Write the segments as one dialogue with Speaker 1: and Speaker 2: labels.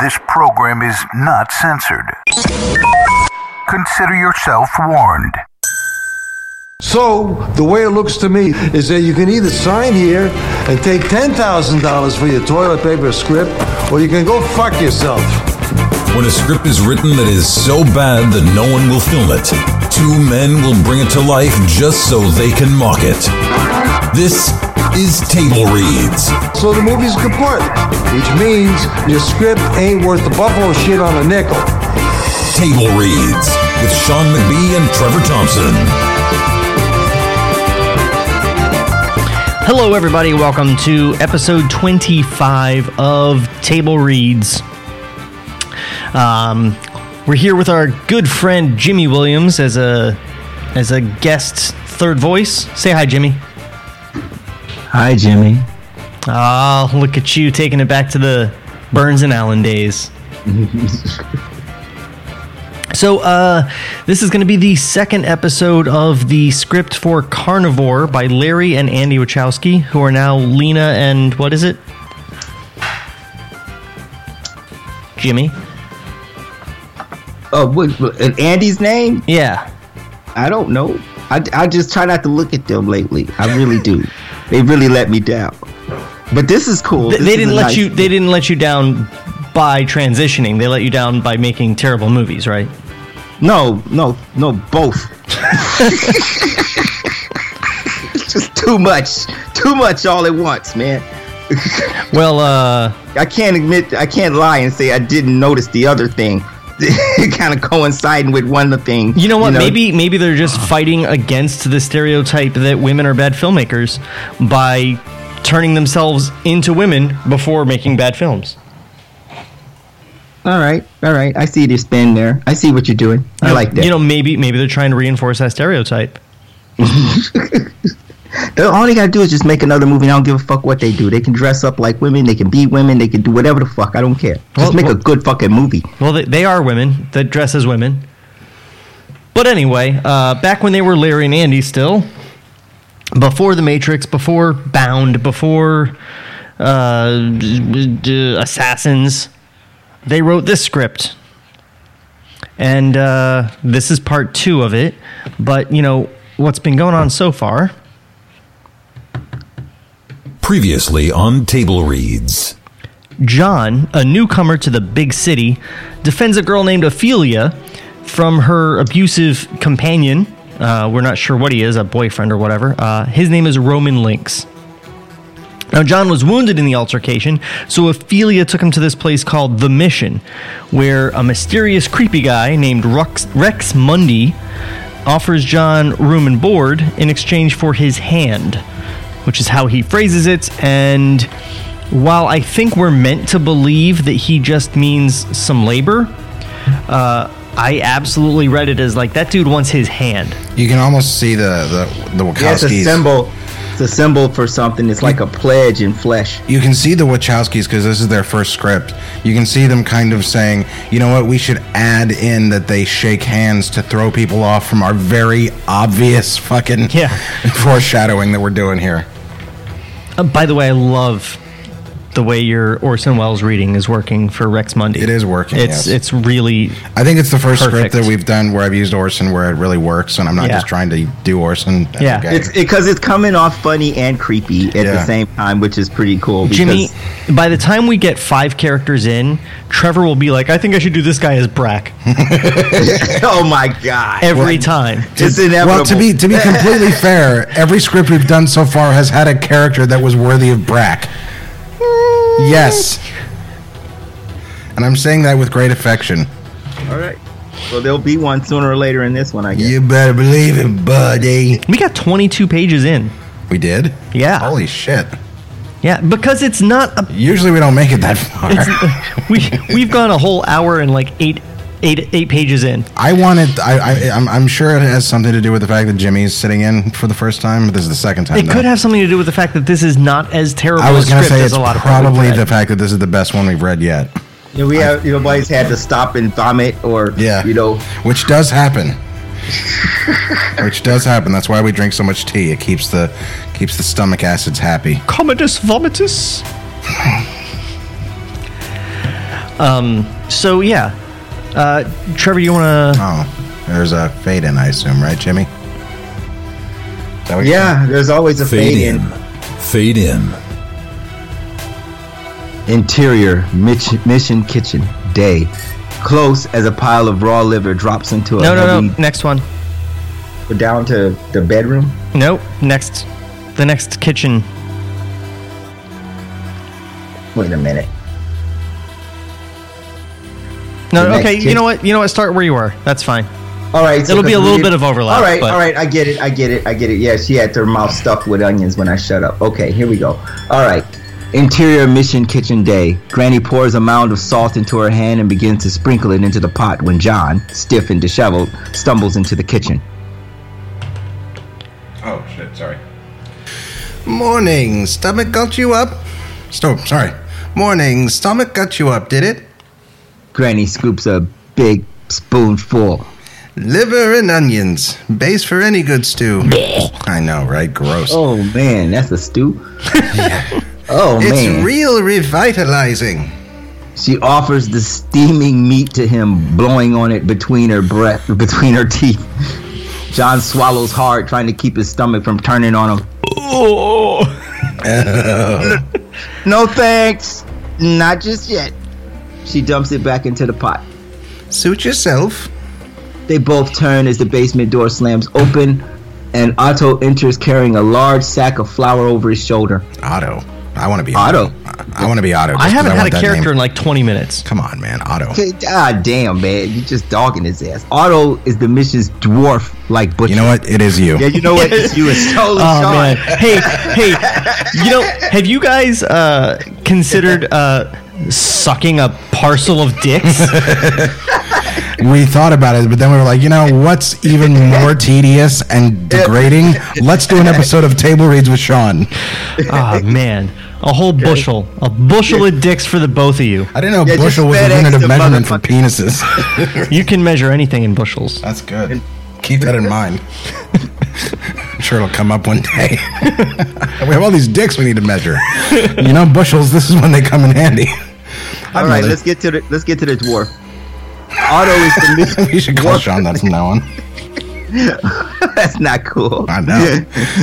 Speaker 1: This program is not censored. Consider yourself warned.
Speaker 2: So the way it looks to me is that you can either sign here and take ten thousand dollars for your toilet paper script, or you can go fuck yourself.
Speaker 3: When a script is written that is so bad that no one will film it, two men will bring it to life just so they can mock it. This is Table Reads.
Speaker 2: So the movie's complete, which means your script ain't worth the buffalo shit on a nickel.
Speaker 3: Table Reads with Sean McBee and Trevor Thompson.
Speaker 4: Hello, everybody. Welcome to episode 25 of Table Reads. Um, we're here with our good friend Jimmy Williams as a as a guest third voice. Say hi, Jimmy.
Speaker 5: Hi, Jimmy.
Speaker 4: Ah, look at you taking it back to the Burns and Allen days. so, uh, this is going to be the second episode of the script for Carnivore by Larry and Andy Wachowski, who are now Lena and what is it? Jimmy?
Speaker 5: Oh, what, what- and Andy's name?
Speaker 4: Yeah.
Speaker 5: I don't know. I, I just try not to look at them lately. I really do. they really let me down. But this is cool.
Speaker 4: Th-
Speaker 5: This
Speaker 4: they
Speaker 5: is
Speaker 4: didn't
Speaker 5: a
Speaker 4: let
Speaker 5: nice-
Speaker 4: you. They didn't let you down by transitioning. They let you down by making terrible movies, right?
Speaker 5: No, no, no. Both. It's just too much. Too much all at once, man.
Speaker 4: Well, uh,
Speaker 5: I can't admit. I can't lie and say I didn't notice the other thing. kind of coinciding with one thing.
Speaker 4: you know what? maybe maybe they're just
Speaker 5: uh-huh.
Speaker 4: fighting against the stereotype that women are bad filmmakers by turning themselves into women before making bad films.
Speaker 5: All right, all right. I see your spin there. I see what you're doing. I like that.
Speaker 4: You know, maybe maybe they're trying to reinforce that stereotype.
Speaker 5: They- All they gotta do is just make another movie. And I don't give a fuck what they do. They can dress up like women. They can be women. They can do whatever the fuck. I don't care. Just
Speaker 4: Well,
Speaker 5: make
Speaker 4: well-
Speaker 5: a good fucking movie.
Speaker 4: Well, they, they are women that dress as women. But anyway, uh, back when they were Larry and Andy still, before The Matrix, before Bound, before uh, d- d- Assassins, they wrote this script. And uh, this is part two of it. But, you know, what's been going on so far?
Speaker 3: Previously on Table Reads.
Speaker 4: John, a newcomer to the big city, defends a girl named Ophelia from her abusive companion. Uh, we're not sure what he is, a boyfriend or whatever. Uh, his name is Roman Lynx. Now, John was wounded in the altercation, so Ophelia took him to this place called The Mission, where a mysterious, creepy guy named Rux, Rex Mundy offers John room and board in exchange for his hand, which is how he phrases it. And while I think we're meant to believe that he just means some labor, uh, I absolutely read it as like that dude wants his hand.
Speaker 6: You can almost see the the, the
Speaker 5: Yeah, it's a
Speaker 6: Wachowskis.
Speaker 5: symbol. It's a symbol for something. It's like a pledge in flesh.
Speaker 6: you can see the Wachowskis because this is their first script. You can see them kind of saying, "You know what? We should add in that they shake hands to throw people off from our very obvious fucking
Speaker 4: Yeah.
Speaker 6: foreshadowing that we're doing here."
Speaker 4: Uh, by the way, I love the way your Orson Welles reading is working for Rex Mundy.
Speaker 6: It is working,
Speaker 4: It's
Speaker 6: yes.
Speaker 4: it's really
Speaker 6: I think it's the first
Speaker 4: Perfect.
Speaker 6: script that we've done where I've used Orson where it really works, and I'm not
Speaker 4: Yeah.
Speaker 6: just trying to do Orson. as a
Speaker 4: Yeah.
Speaker 6: gag.
Speaker 5: It's because it's coming off funny and creepy at the
Speaker 6: Yeah.
Speaker 5: same time, which is pretty cool. Because
Speaker 4: Jimmy. By the time we get five characters in, Trevor will be like, "I think I should do this guy as Brack
Speaker 5: oh my god,
Speaker 4: every time."
Speaker 5: it's inevitable.
Speaker 6: Well, to be to be completely fair, every script we've done so far has had a character that was worthy of Brack. Yes. And I'm saying that with great affection.
Speaker 5: all right. Well, there'll be one sooner or later in this one, I guess.
Speaker 6: better believe it, buddy.
Speaker 4: We got 22 pages in.
Speaker 6: We did?
Speaker 4: Yeah.
Speaker 6: Holy shit.
Speaker 4: Yeah, because it's not a
Speaker 6: Usually we don't make it that far.
Speaker 4: we we've gone a whole hour and like eight eight eight pages in.
Speaker 6: I wanted, I, I, I'm, I'm sure it has something to do with the fact that Jimmy's sitting in for the first time. This is the second time.
Speaker 4: It
Speaker 6: though.
Speaker 4: could have something to do with the fact that this is not as terrible.
Speaker 6: I was
Speaker 4: going
Speaker 6: going
Speaker 4: to
Speaker 6: to say it's
Speaker 4: a lot of people
Speaker 6: probably
Speaker 4: read.
Speaker 6: the fact that this is the best one we've read yet.
Speaker 5: Yeah, we have. You know, nobody's had to stop and vomit or
Speaker 6: Yeah.
Speaker 5: you know,
Speaker 6: Which does happen. Which does happen. That's why we drink so much tea. It keeps the keeps the stomach acids happy.
Speaker 4: Commodus vomitus. Um, so yeah, uh, Trevor, you want to?
Speaker 6: Oh, there's a fade in, I assume, right, Jimmy? Is that what you said?
Speaker 5: Yeah, there's always a
Speaker 3: Fade
Speaker 5: fade
Speaker 3: in.
Speaker 5: in.
Speaker 3: Fade in.
Speaker 5: Interior Mitch, Mission Kitchen Day. Close as a pile of raw liver drops into a
Speaker 4: No, no,
Speaker 5: heavy
Speaker 4: no. Um, Next one.
Speaker 5: We're down to the bedroom.
Speaker 4: Nope. Next, the next kitchen.
Speaker 5: Wait a minute.
Speaker 4: No.
Speaker 5: The next
Speaker 4: okay. You
Speaker 5: kit-
Speaker 4: know what? You know what? Start where you were. That's fine.
Speaker 5: All right, so
Speaker 4: It'll be a little
Speaker 5: completed-
Speaker 4: bit of overlap,
Speaker 5: All right,
Speaker 4: but-
Speaker 5: all right, I get it, I get it, I get it. Yeah, she had her mouth stuffed with onions when I shut up. Okay, here we go. All right, interior mission kitchen day. Granny pours a mound of salt into her hand and begins to sprinkle it into the pot when John, stiff and disheveled, stumbles into the kitchen.
Speaker 6: Oh shit! Sorry. Morning, stomach got you up. Stop. Sorry. Morning, stomach got you up. Did it?
Speaker 5: Granny scoops a big spoonful.
Speaker 6: Liver and onions, base for any good stew. I know, right? Gross.
Speaker 5: Oh man, that's a stew. oh
Speaker 6: it's
Speaker 5: man,
Speaker 6: real revitalizing.
Speaker 5: she offers the steaming meat to him, blowing on it between her breath, between her teeth. John swallows hard, trying to keep his stomach from turning on him. No thanks, not just yet. She dumps it back into the pot.
Speaker 6: Suit yourself.
Speaker 5: They both turn as the basement door slams open, and Otto enters carrying a large sack of flour over his shoulder.
Speaker 6: Otto. I want to be
Speaker 5: Otto.
Speaker 6: I, want to be Otto. just
Speaker 4: I
Speaker 6: 'cause
Speaker 4: haven't
Speaker 6: want
Speaker 4: had a
Speaker 6: that
Speaker 4: character
Speaker 6: name.
Speaker 4: in like 20 minutes.
Speaker 6: Come on, man, Otto.
Speaker 5: Okay, Ah, damn, man. You just dogging his ass. Otto is the mission's dwarf like butcher.
Speaker 6: You know what? It is you.
Speaker 5: Yeah, you know what? It's you. It's totally
Speaker 4: Oh
Speaker 5: Sean.
Speaker 4: man! Hey, hey! You know, have you guys uh, considered uh, sucking a parcel of dicks?
Speaker 6: We thought about it, but then we were like, you know, what's even more tedious and degrading? Let's do an episode of Table Reads with Sean.
Speaker 4: oh man! A whole bushel, a bushel of dicks for the both of you.
Speaker 6: I didn't know
Speaker 5: Yeah, just
Speaker 6: bushel was a
Speaker 5: FedEx
Speaker 6: unit
Speaker 5: the
Speaker 6: of measurement for
Speaker 5: motherfucker.
Speaker 6: penises.
Speaker 4: You can measure anything in bushels.
Speaker 6: That's good. Keep that in mind. I'm sure it'll come up one day. we have all these dicks we need to measure. You know, bushels, this is when they come in handy.
Speaker 5: All right, let's get to the let's get to the dwarf. Otto is the mission.
Speaker 6: We should call Sean that from now on.
Speaker 5: that's not cool.
Speaker 6: I know.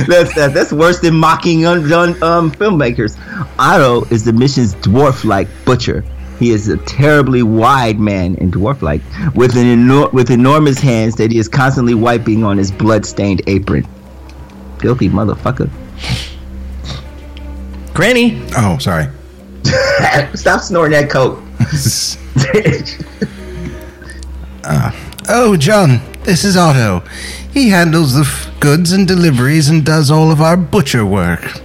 Speaker 5: that's that, that's worse than mocking undone um, filmmakers. Otto is the mission's dwarf-like butcher. He is a terribly wide man and dwarf-like, with an enor- with enormous hands that he is constantly wiping on his blood-stained apron. Filthy motherfucker!
Speaker 4: Granny,
Speaker 6: Oh, sorry.
Speaker 5: Stop snorting that coke.
Speaker 6: Oh, John, this is Otto. He handles the f- goods and deliveries and does all of our butcher work.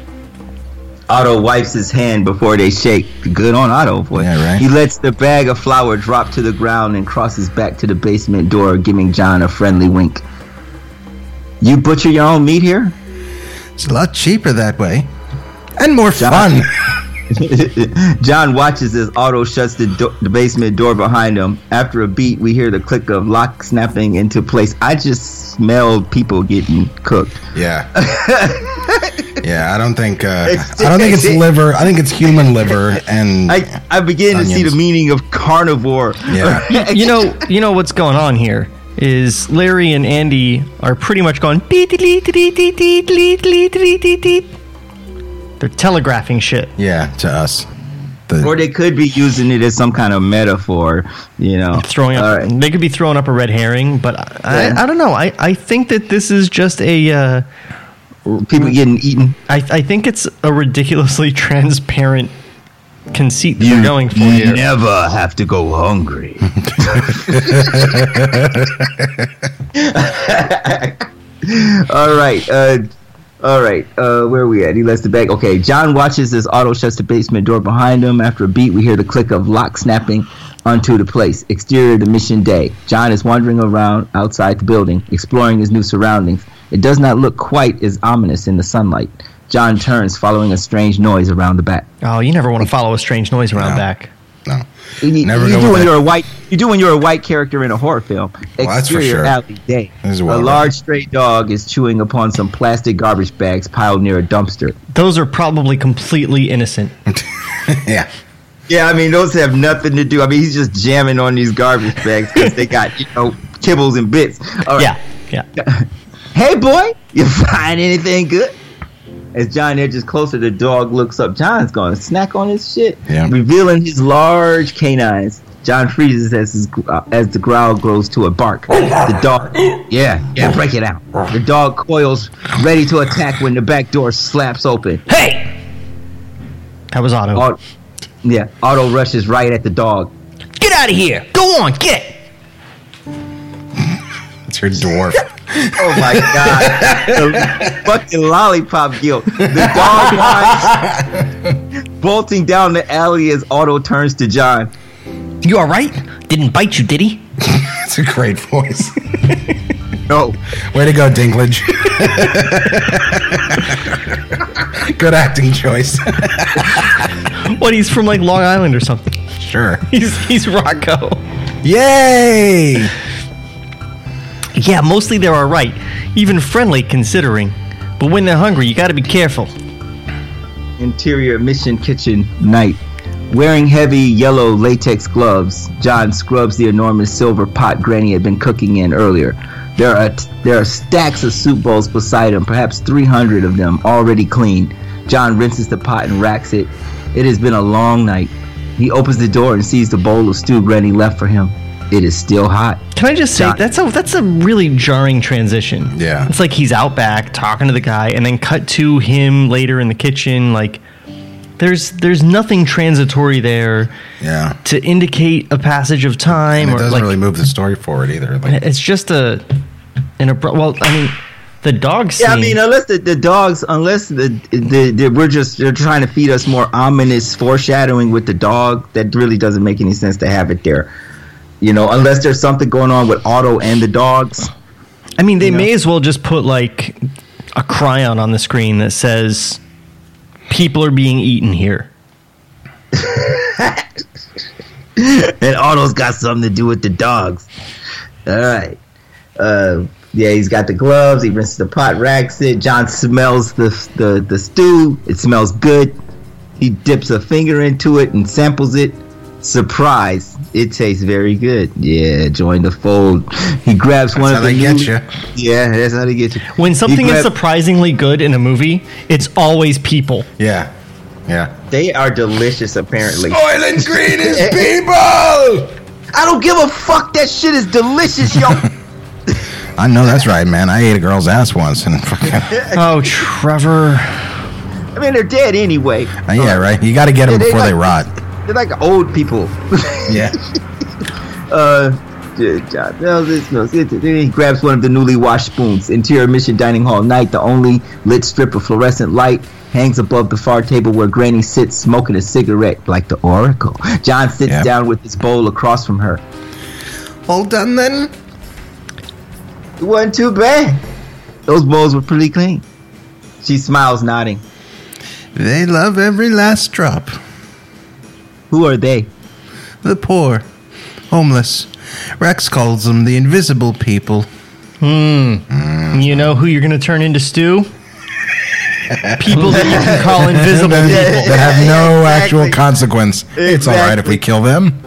Speaker 5: Otto wipes his hand before they shake. Good on Otto, boy.
Speaker 6: Yeah, right.
Speaker 5: He lets the bag of flour drop to the ground and crosses back to the basement door, giving John a friendly wink. You butcher your own meat here?
Speaker 6: It's a lot cheaper that way. And more fun.
Speaker 5: John. John watches as Otto shuts the, do- the basement door behind him. After a beat, we hear the click of lock snapping into place. I just smelled people getting cooked.
Speaker 6: Yeah. yeah, I don't think uh, I don't think it's liver. I think it's human liver and
Speaker 5: I, I begin to see
Speaker 6: Onions.
Speaker 5: the meaning of carnivore.
Speaker 6: yeah.
Speaker 4: you know, you know what's going on here is Larry and Andy are pretty much going. "Beet, dee, dee, dee, dee, dee, dee, dee, dee, dee, dee." They're telegraphing shit.
Speaker 6: Yeah, to us. The,
Speaker 5: Or they could be using it as some kind of metaphor, you know.
Speaker 4: Throwing
Speaker 5: All
Speaker 4: up,
Speaker 5: right.
Speaker 4: they could be throwing up a red herring, but I,
Speaker 5: Yeah.
Speaker 4: I, I don't know. I, I think that this is just a. Uh,
Speaker 5: people getting eaten.
Speaker 4: I, I think it's a ridiculously transparent conceit that they're going for here.
Speaker 5: never have to go hungry. all right. Uh, all right. Uh, where are we at? He lets the bag. Okay. John watches as Otto shuts the basement door behind him. After a beat, we hear the click of lock snapping onto the place. Exterior to Mission Day. John is wandering around outside the building, exploring his new surroundings. It does not look quite as ominous in the sunlight. John turns, following a strange noise around the back.
Speaker 4: Oh, you never want to follow a strange noise around
Speaker 6: No.
Speaker 4: back.
Speaker 6: no.
Speaker 5: You,
Speaker 6: Never
Speaker 5: you
Speaker 6: go
Speaker 5: do
Speaker 6: with
Speaker 5: when
Speaker 6: it.
Speaker 5: you're a white. You do when you're a white character in a horror film.
Speaker 6: that's for
Speaker 5: Exterior
Speaker 6: sure.
Speaker 5: alley day.
Speaker 6: This is
Speaker 5: a
Speaker 6: well
Speaker 5: large stray dog is chewing upon some plastic garbage bags piled near a dumpster.
Speaker 4: Those are probably completely innocent.
Speaker 6: Yeah.
Speaker 5: Yeah, I mean those have nothing to do. I mean he's just jamming on these garbage bags because they got you know kibbles and bits. All right.
Speaker 4: Yeah, yeah.
Speaker 5: Hey boy, you find anything good? As John edges closer, the dog looks up. John's going to snack on his shit,
Speaker 6: Yeah.
Speaker 5: revealing his large canines. John freezes as his, uh, as the growl grows to a bark. The dog, yeah, yeah, break it out. The dog coils, ready to attack when the back door slaps open.
Speaker 4: Hey, that was Otto.
Speaker 5: Auto, yeah, Auto rushes right at the dog.
Speaker 4: Get out of here! Go on, get it.
Speaker 6: It's your dwarf.
Speaker 5: Oh my god! the fucking lollipop guilt. The dog whines, bolting down the alley as Otto turns to John.
Speaker 4: You all right? Didn't bite you, did he?
Speaker 6: It's a great voice.
Speaker 5: No,
Speaker 6: Way to go, Dinklage. Good acting choice.
Speaker 4: What? He's from like Long Island or something.
Speaker 6: sure.
Speaker 4: He's he's Rocco.
Speaker 6: Yay!
Speaker 4: Yeah, mostly they're all right, even friendly considering. But when they're hungry, you got to be careful.
Speaker 5: interior mission kitchen night. Wearing heavy yellow latex gloves, John scrubs the enormous silver pot Granny had been cooking in earlier. There are there are stacks of soup bowls beside him, perhaps 300 of them, already clean. John rinses the pot and racks it. It has been a long night. He opens the door and sees the bowl of stew Granny left for him. It is still hot.
Speaker 4: Can I just say
Speaker 5: John-
Speaker 4: that's a that's a really jarring transition.
Speaker 6: Yeah.
Speaker 4: it's like he's out back talking to the guy, and then cut to him later in the kitchen. Like, there's there's nothing transitory there
Speaker 6: Yeah.
Speaker 4: to indicate a passage of time
Speaker 6: And it
Speaker 4: or
Speaker 6: doesn't
Speaker 4: like
Speaker 6: really move the story forward either. Like,
Speaker 4: it's just a an abrupt. Well, I mean, the dog scene.
Speaker 5: Yeah, I mean, unless the, the dogs, unless the, the, the we're just they're trying to feed us more ominous foreshadowing with the dog, that really doesn't make any sense to have it there. You know, unless there's something going on with Otto and the dogs.
Speaker 4: I mean, they may as well just put like a cryon on the screen that says people are being eaten here.
Speaker 5: and Otto's got something to do with the dogs. All right. Uh, yeah, he's got the gloves. He rinses the pot, racks it. John smells the, the the stew. It smells good. He dips a finger into it and samples it. Surprise! It tastes very good. Yeah, join the fold. He grabs one
Speaker 6: how
Speaker 5: of the.
Speaker 6: they get
Speaker 5: newly-
Speaker 6: you.
Speaker 5: Yeah, that's how they get you.
Speaker 4: When something
Speaker 5: He
Speaker 4: is
Speaker 5: grab-
Speaker 4: surprisingly good in a movie, it's always people.
Speaker 6: yeah. Yeah.
Speaker 5: they are delicious. Apparently,
Speaker 6: Oil and green is people!
Speaker 5: I don't give a fuck. That shit is delicious, yo.
Speaker 6: I know that's right, man. I ate a girl's ass once and fucking.
Speaker 4: Oh, Trevor.
Speaker 5: I mean, they're dead anyway.
Speaker 6: Yeah, right? You gotta get them
Speaker 5: They
Speaker 6: before they
Speaker 5: like-
Speaker 6: rot.
Speaker 5: They're like old people.
Speaker 6: Yeah.
Speaker 5: Uh, good job. No, this- no, this- then he grabs one of the newly washed spoons. Interior mission dining hall night. The only lit strip of fluorescent light hangs above the far table where Granny sits smoking a cigarette like the Oracle. John sits
Speaker 6: Yeah.
Speaker 5: down with his bowl across from her.
Speaker 6: All done then?
Speaker 5: It wasn't too bad. Those bowls were pretty clean. She smiles, nodding.
Speaker 6: They love every last drop.
Speaker 5: Who are they?
Speaker 6: The poor. Homeless. Rex calls them the invisible people.
Speaker 4: You know who you're going to turn into stew? People that you can call invisible people.
Speaker 6: that have no actual
Speaker 5: Exactly.
Speaker 6: consequence. It's all right if we kill them.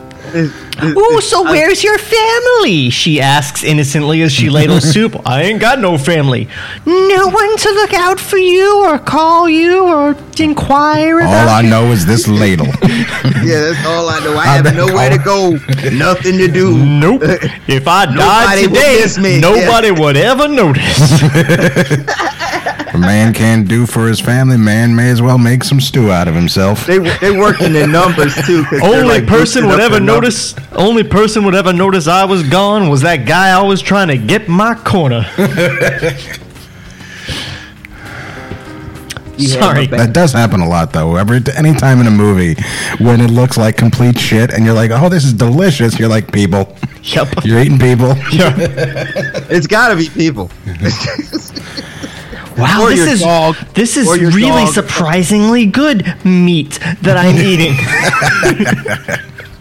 Speaker 4: Ooh, so where's your family? She asks innocently as she ladles soup. I ain't got no family. No one to look out for you or call you or inquire about.
Speaker 6: All I know is this ladle.
Speaker 5: Yeah, that's all I know. I
Speaker 6: have
Speaker 5: have
Speaker 6: nowhere
Speaker 5: nowhere to go. Nothing to do.
Speaker 4: Nope. If I died
Speaker 5: Nobody would
Speaker 4: today,
Speaker 5: miss me.
Speaker 4: nobody would ever notice.
Speaker 6: A man can do for his family, man may as well make some stew out of himself.
Speaker 5: They they working in numbers too. 'cause they're,
Speaker 4: only
Speaker 5: like,
Speaker 4: person
Speaker 5: boosting
Speaker 4: would
Speaker 5: up
Speaker 4: ever
Speaker 5: the numbers.
Speaker 4: notice. Only person would ever notice I was gone was that guy always trying to get my corner.
Speaker 5: You had
Speaker 4: Sorry.
Speaker 5: my back.
Speaker 6: That does happen a lot, though. Every any time in a movie when it looks like complete shit, and you're like, "Oh, this is delicious," you're like, "People,
Speaker 4: Yep.
Speaker 6: you're eating people."
Speaker 5: It's got to be people.
Speaker 4: Wow,
Speaker 5: Or
Speaker 4: this
Speaker 5: your
Speaker 4: is
Speaker 5: dog.
Speaker 4: this is
Speaker 5: Or your
Speaker 4: really
Speaker 5: dog.
Speaker 4: surprisingly good meat that I'm eating.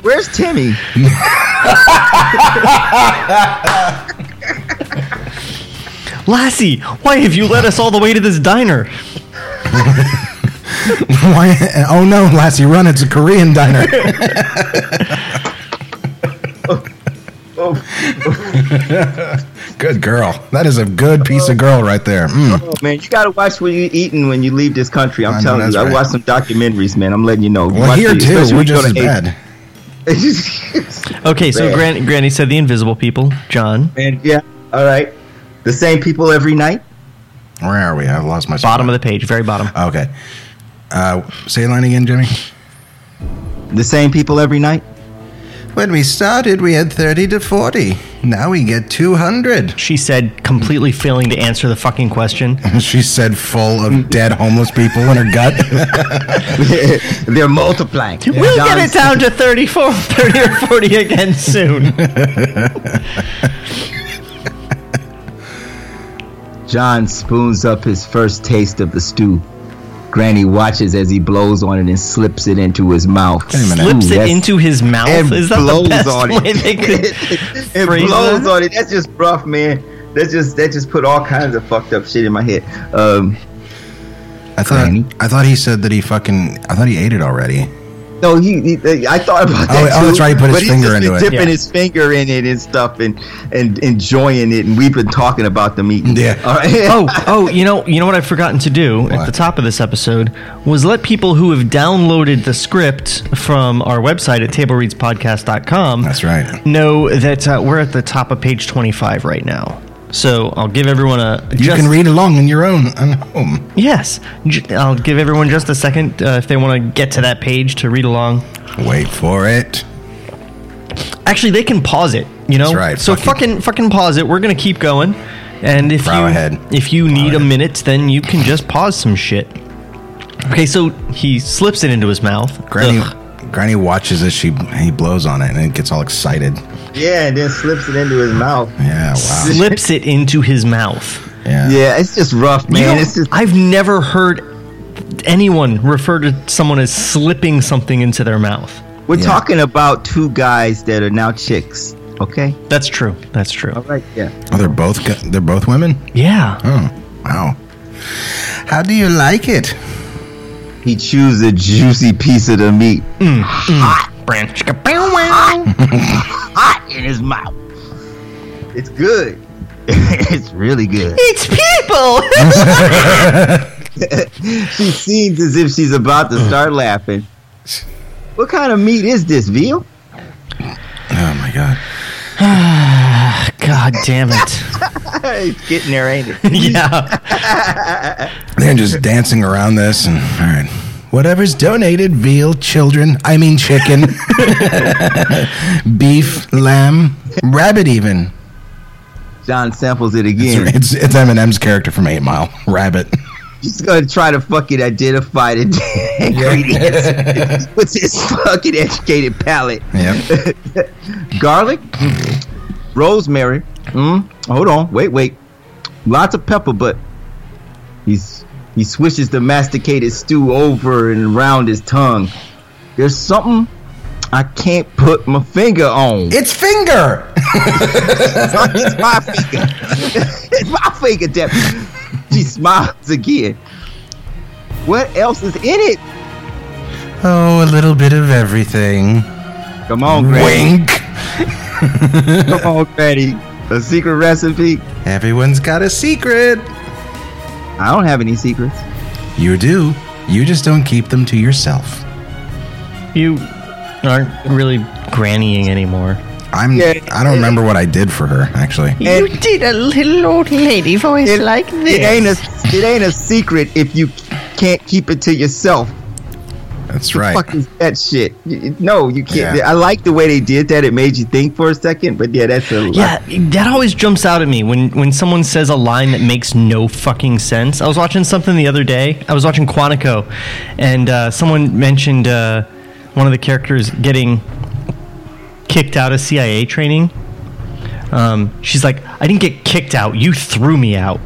Speaker 5: Where's Timmy?
Speaker 4: Lassie, why have you led us all the way to this diner?
Speaker 6: Why? Oh no, Lassie, run! It's a Korean diner.
Speaker 5: Oh,
Speaker 6: good girl. That is a good piece of girl right there. Mm.
Speaker 5: Oh, man, you gotta watch what you're eating when you leave this country. I'm
Speaker 6: I know,
Speaker 5: telling
Speaker 6: that's
Speaker 5: you, I
Speaker 6: right.
Speaker 5: watched some documentaries, man. I'm letting you know.
Speaker 6: Well,
Speaker 5: Watch
Speaker 6: here
Speaker 5: these,
Speaker 6: too,
Speaker 5: especially
Speaker 6: we're
Speaker 5: when you go
Speaker 6: just as
Speaker 5: to Asia.
Speaker 6: bad.
Speaker 4: Okay, so
Speaker 5: Man.
Speaker 4: Gran- Granny said the invisible people, John.
Speaker 5: man, yeah, all right. The same people every night.
Speaker 6: Where are we? I've lost my spot.
Speaker 4: Bottom of the page, very bottom.
Speaker 6: Okay. Uh, say the line again, Jimmy.
Speaker 5: The same people every night.
Speaker 6: When we started, we had 30 to 40. Now we get 200.
Speaker 4: She said, completely failing to answer the fucking question.
Speaker 6: She said, full of dead homeless people in her gut.
Speaker 5: They're multiplying.
Speaker 4: We'll
Speaker 5: John-
Speaker 4: get it down to 34, 30 or 40 again soon.
Speaker 5: John spoons up his first taste of the stew. Granny watches as he blows on it and slips it into his mouth.
Speaker 6: Wait a minute.
Speaker 4: Slips
Speaker 5: Ooh,
Speaker 4: it
Speaker 5: that's-
Speaker 4: into his mouth.
Speaker 5: and
Speaker 4: Is that
Speaker 5: blows
Speaker 4: the best
Speaker 5: on
Speaker 4: way
Speaker 5: it.
Speaker 4: they could
Speaker 5: it
Speaker 4: phrase
Speaker 5: blows
Speaker 4: that?
Speaker 5: on it. That's just rough, man. That just that just put all kinds of fucked up shit in my head. Um,
Speaker 6: I thought,
Speaker 5: Granny.
Speaker 6: I thought he said that he fucking, I thought he ate it already.
Speaker 5: no, he, he- I thought about that.
Speaker 6: oh,
Speaker 5: too,
Speaker 6: that's right, he put his
Speaker 5: but he's
Speaker 6: finger
Speaker 5: just been
Speaker 6: into it.
Speaker 5: dipping
Speaker 4: Yeah.
Speaker 5: his finger in it and stuff, and and enjoying it. And we've been talking about the meat.
Speaker 6: Yeah.
Speaker 5: All right.
Speaker 4: oh, oh, you know, you know what I've forgotten to do at
Speaker 6: What?
Speaker 4: the top of this episode was let people who have downloaded the script from our website at tablereadspodcast.com
Speaker 6: That's right.
Speaker 4: know that uh, we're at the top of page 25 right now. So I'll give everyone a
Speaker 6: You can read along in your own own home.
Speaker 4: yes. J- I'll give everyone just a second uh, if they want to get to that page to read along.
Speaker 6: Wait for it.
Speaker 4: Actually, they can pause it. You know,
Speaker 6: That's right,
Speaker 4: So
Speaker 6: fuck
Speaker 4: fucking fucking pause it. We're gonna keep going, and if
Speaker 6: Plow
Speaker 4: you
Speaker 6: ahead.
Speaker 4: if you need a minute, then you can just pause some shit. Okay, so he slips it into his mouth.
Speaker 6: Granny,
Speaker 4: Ugh.
Speaker 6: Granny watches as she he blows on it and it gets all excited.
Speaker 5: yeah, and then slips it into his mouth.
Speaker 6: Yeah, wow.
Speaker 4: slips it into his mouth.
Speaker 6: Yeah.
Speaker 5: Yeah, it's just rough,
Speaker 4: You
Speaker 5: man.
Speaker 4: know,
Speaker 5: it's just
Speaker 4: I've never heard anyone refer to someone as slipping something into their mouth.
Speaker 5: We're talking about two guys that are now chicks. Okay.
Speaker 4: That's true. That's true.
Speaker 5: Right. Yeah.
Speaker 6: Oh, they're both go- they're both women.
Speaker 4: Yeah.
Speaker 6: Oh, wow. How do you like it?
Speaker 5: He chews a juicy piece of the meat
Speaker 4: Branch. bow, wow.
Speaker 5: hot in his mouth. It's good. it's really good.
Speaker 4: It's people.
Speaker 5: She seems as if she's about to start laughing. What kind of meat is this, veal?
Speaker 6: Oh my god.
Speaker 4: God damn it.
Speaker 5: it's getting there, ain't it?
Speaker 4: yeah.
Speaker 6: They're just dancing around this and all right. Whatever's donated, veal, children, I mean chicken, beef, lamb, rabbit even.
Speaker 5: John samples it
Speaker 6: It's-
Speaker 5: again.
Speaker 6: It's it's Eminem's character from 8 Mile, rabbit.
Speaker 5: He's gonna try to fucking identify the ingredients with his fucking educated palate.
Speaker 6: Yep.
Speaker 5: garlic, rosemary. Mm, hold on, wait, wait. Lots of pepper, but he's he swishes the masticated stew over and around his tongue. There's something I can't put my finger on.
Speaker 6: It's finger.
Speaker 5: It's my finger. it's my finger, Deb. She smiles again. What else is in it?
Speaker 6: Oh, a little bit of everything.
Speaker 5: Come on, Granny.
Speaker 6: Wink.
Speaker 5: Come on, Granny. A secret recipe?
Speaker 6: Everyone's got a secret.
Speaker 5: I don't have any secrets.
Speaker 6: You do. You just don't keep them to yourself.
Speaker 4: You aren't really grannying anymore.
Speaker 6: I'm.
Speaker 5: Yeah.
Speaker 6: I don't remember what I did for her actually.
Speaker 5: And-
Speaker 4: did a little old lady voice like
Speaker 5: It ain't a it ain't a secret if you can't keep it to yourself.
Speaker 6: That's right.
Speaker 5: Fuck is that shit. Y- y- No, you can't.
Speaker 6: Yeah.
Speaker 5: I like the way they did that. It made you think for a second, but yeah, that's a
Speaker 4: Yeah, that always jumps out at me when, when someone says a line that makes no fucking sense. I was watching something the other day. I was watching Quantico, and uh, someone mentioned uh, one of the characters getting kicked out of CIA training. Um, she's like, I didn't get kicked out. You threw me out.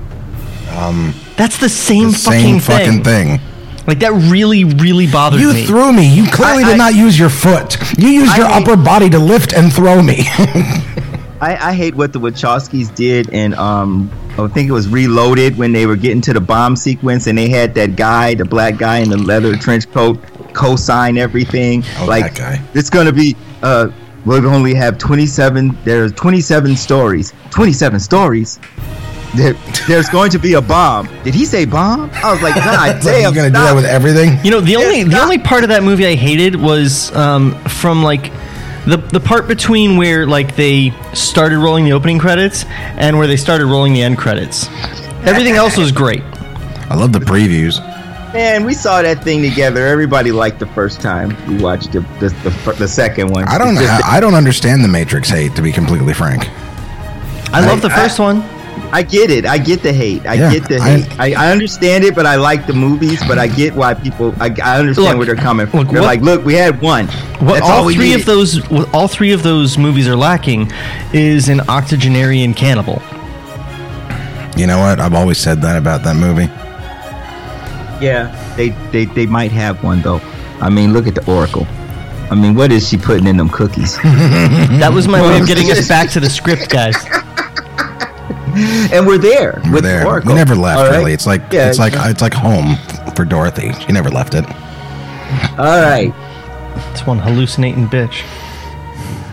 Speaker 4: Um, That's the same,
Speaker 6: The
Speaker 4: fucking,
Speaker 6: same fucking
Speaker 4: thing.
Speaker 6: thing.
Speaker 4: Like, that really, really bothers
Speaker 6: You
Speaker 4: me.
Speaker 6: threw me. You clearly
Speaker 5: I-
Speaker 6: did
Speaker 5: I-
Speaker 6: not use your foot. You used
Speaker 5: I
Speaker 6: your
Speaker 5: mean-
Speaker 6: upper body to lift and throw me.
Speaker 5: I, I hate what the Wachowskis did in um, I think it was Reloaded when they were getting to the bomb sequence and they had that guy, the black guy in the leather trench coat, co-sign everything.
Speaker 6: Oh,
Speaker 5: like
Speaker 6: that guy.
Speaker 5: it's gonna be. Uh, we're gonna only have 27. There's 27 stories. 27 stories. There, there's going to be a bomb. Did he say bomb? I was like, God
Speaker 6: Like,
Speaker 5: damn!
Speaker 6: you gonna do that
Speaker 5: stop
Speaker 6: with
Speaker 5: it."
Speaker 6: everything?
Speaker 4: You know, the only the only part of that movie I hated was um, from like the the part between where like they started rolling the opening credits and where they started rolling the end credits. Everything else was great.
Speaker 6: I love the previews.
Speaker 5: Man, we saw that thing together. Everybody liked the first time we watched the the, the, fir- the second one.
Speaker 6: I don't
Speaker 5: It's
Speaker 6: know.
Speaker 5: just-
Speaker 6: I don't understand the Matrix hate. To be completely frank,
Speaker 4: I love the first one.
Speaker 5: I get it. I get the hate. I
Speaker 6: Yeah,
Speaker 5: get the
Speaker 6: I-
Speaker 5: hate. I, I, understand it, but I like the movies. But I get why people. I, I understand
Speaker 4: Look,
Speaker 5: where they're coming from.
Speaker 4: look,
Speaker 5: they're
Speaker 4: what-
Speaker 5: like, look, we had one.
Speaker 4: What
Speaker 5: That's
Speaker 4: all,
Speaker 5: we
Speaker 4: three
Speaker 5: needed."
Speaker 4: of those what all three of those movies are lacking is an octogenarian cannibal.
Speaker 6: you know what? I've always said that about that movie.
Speaker 5: Yeah, they, they they might have one though. I mean, look at the Oracle. I mean, what is she putting in them cookies?
Speaker 4: That was my way of getting us back to the script, guys.
Speaker 5: and we're there
Speaker 6: We're
Speaker 5: with
Speaker 6: there.
Speaker 5: the Oracle.
Speaker 6: We never left.
Speaker 5: All right?
Speaker 6: Really, it's like
Speaker 5: Yeah,
Speaker 6: it's like it's like home for Dorothy. She never left it.
Speaker 5: all right.
Speaker 4: It's one hallucinating bitch.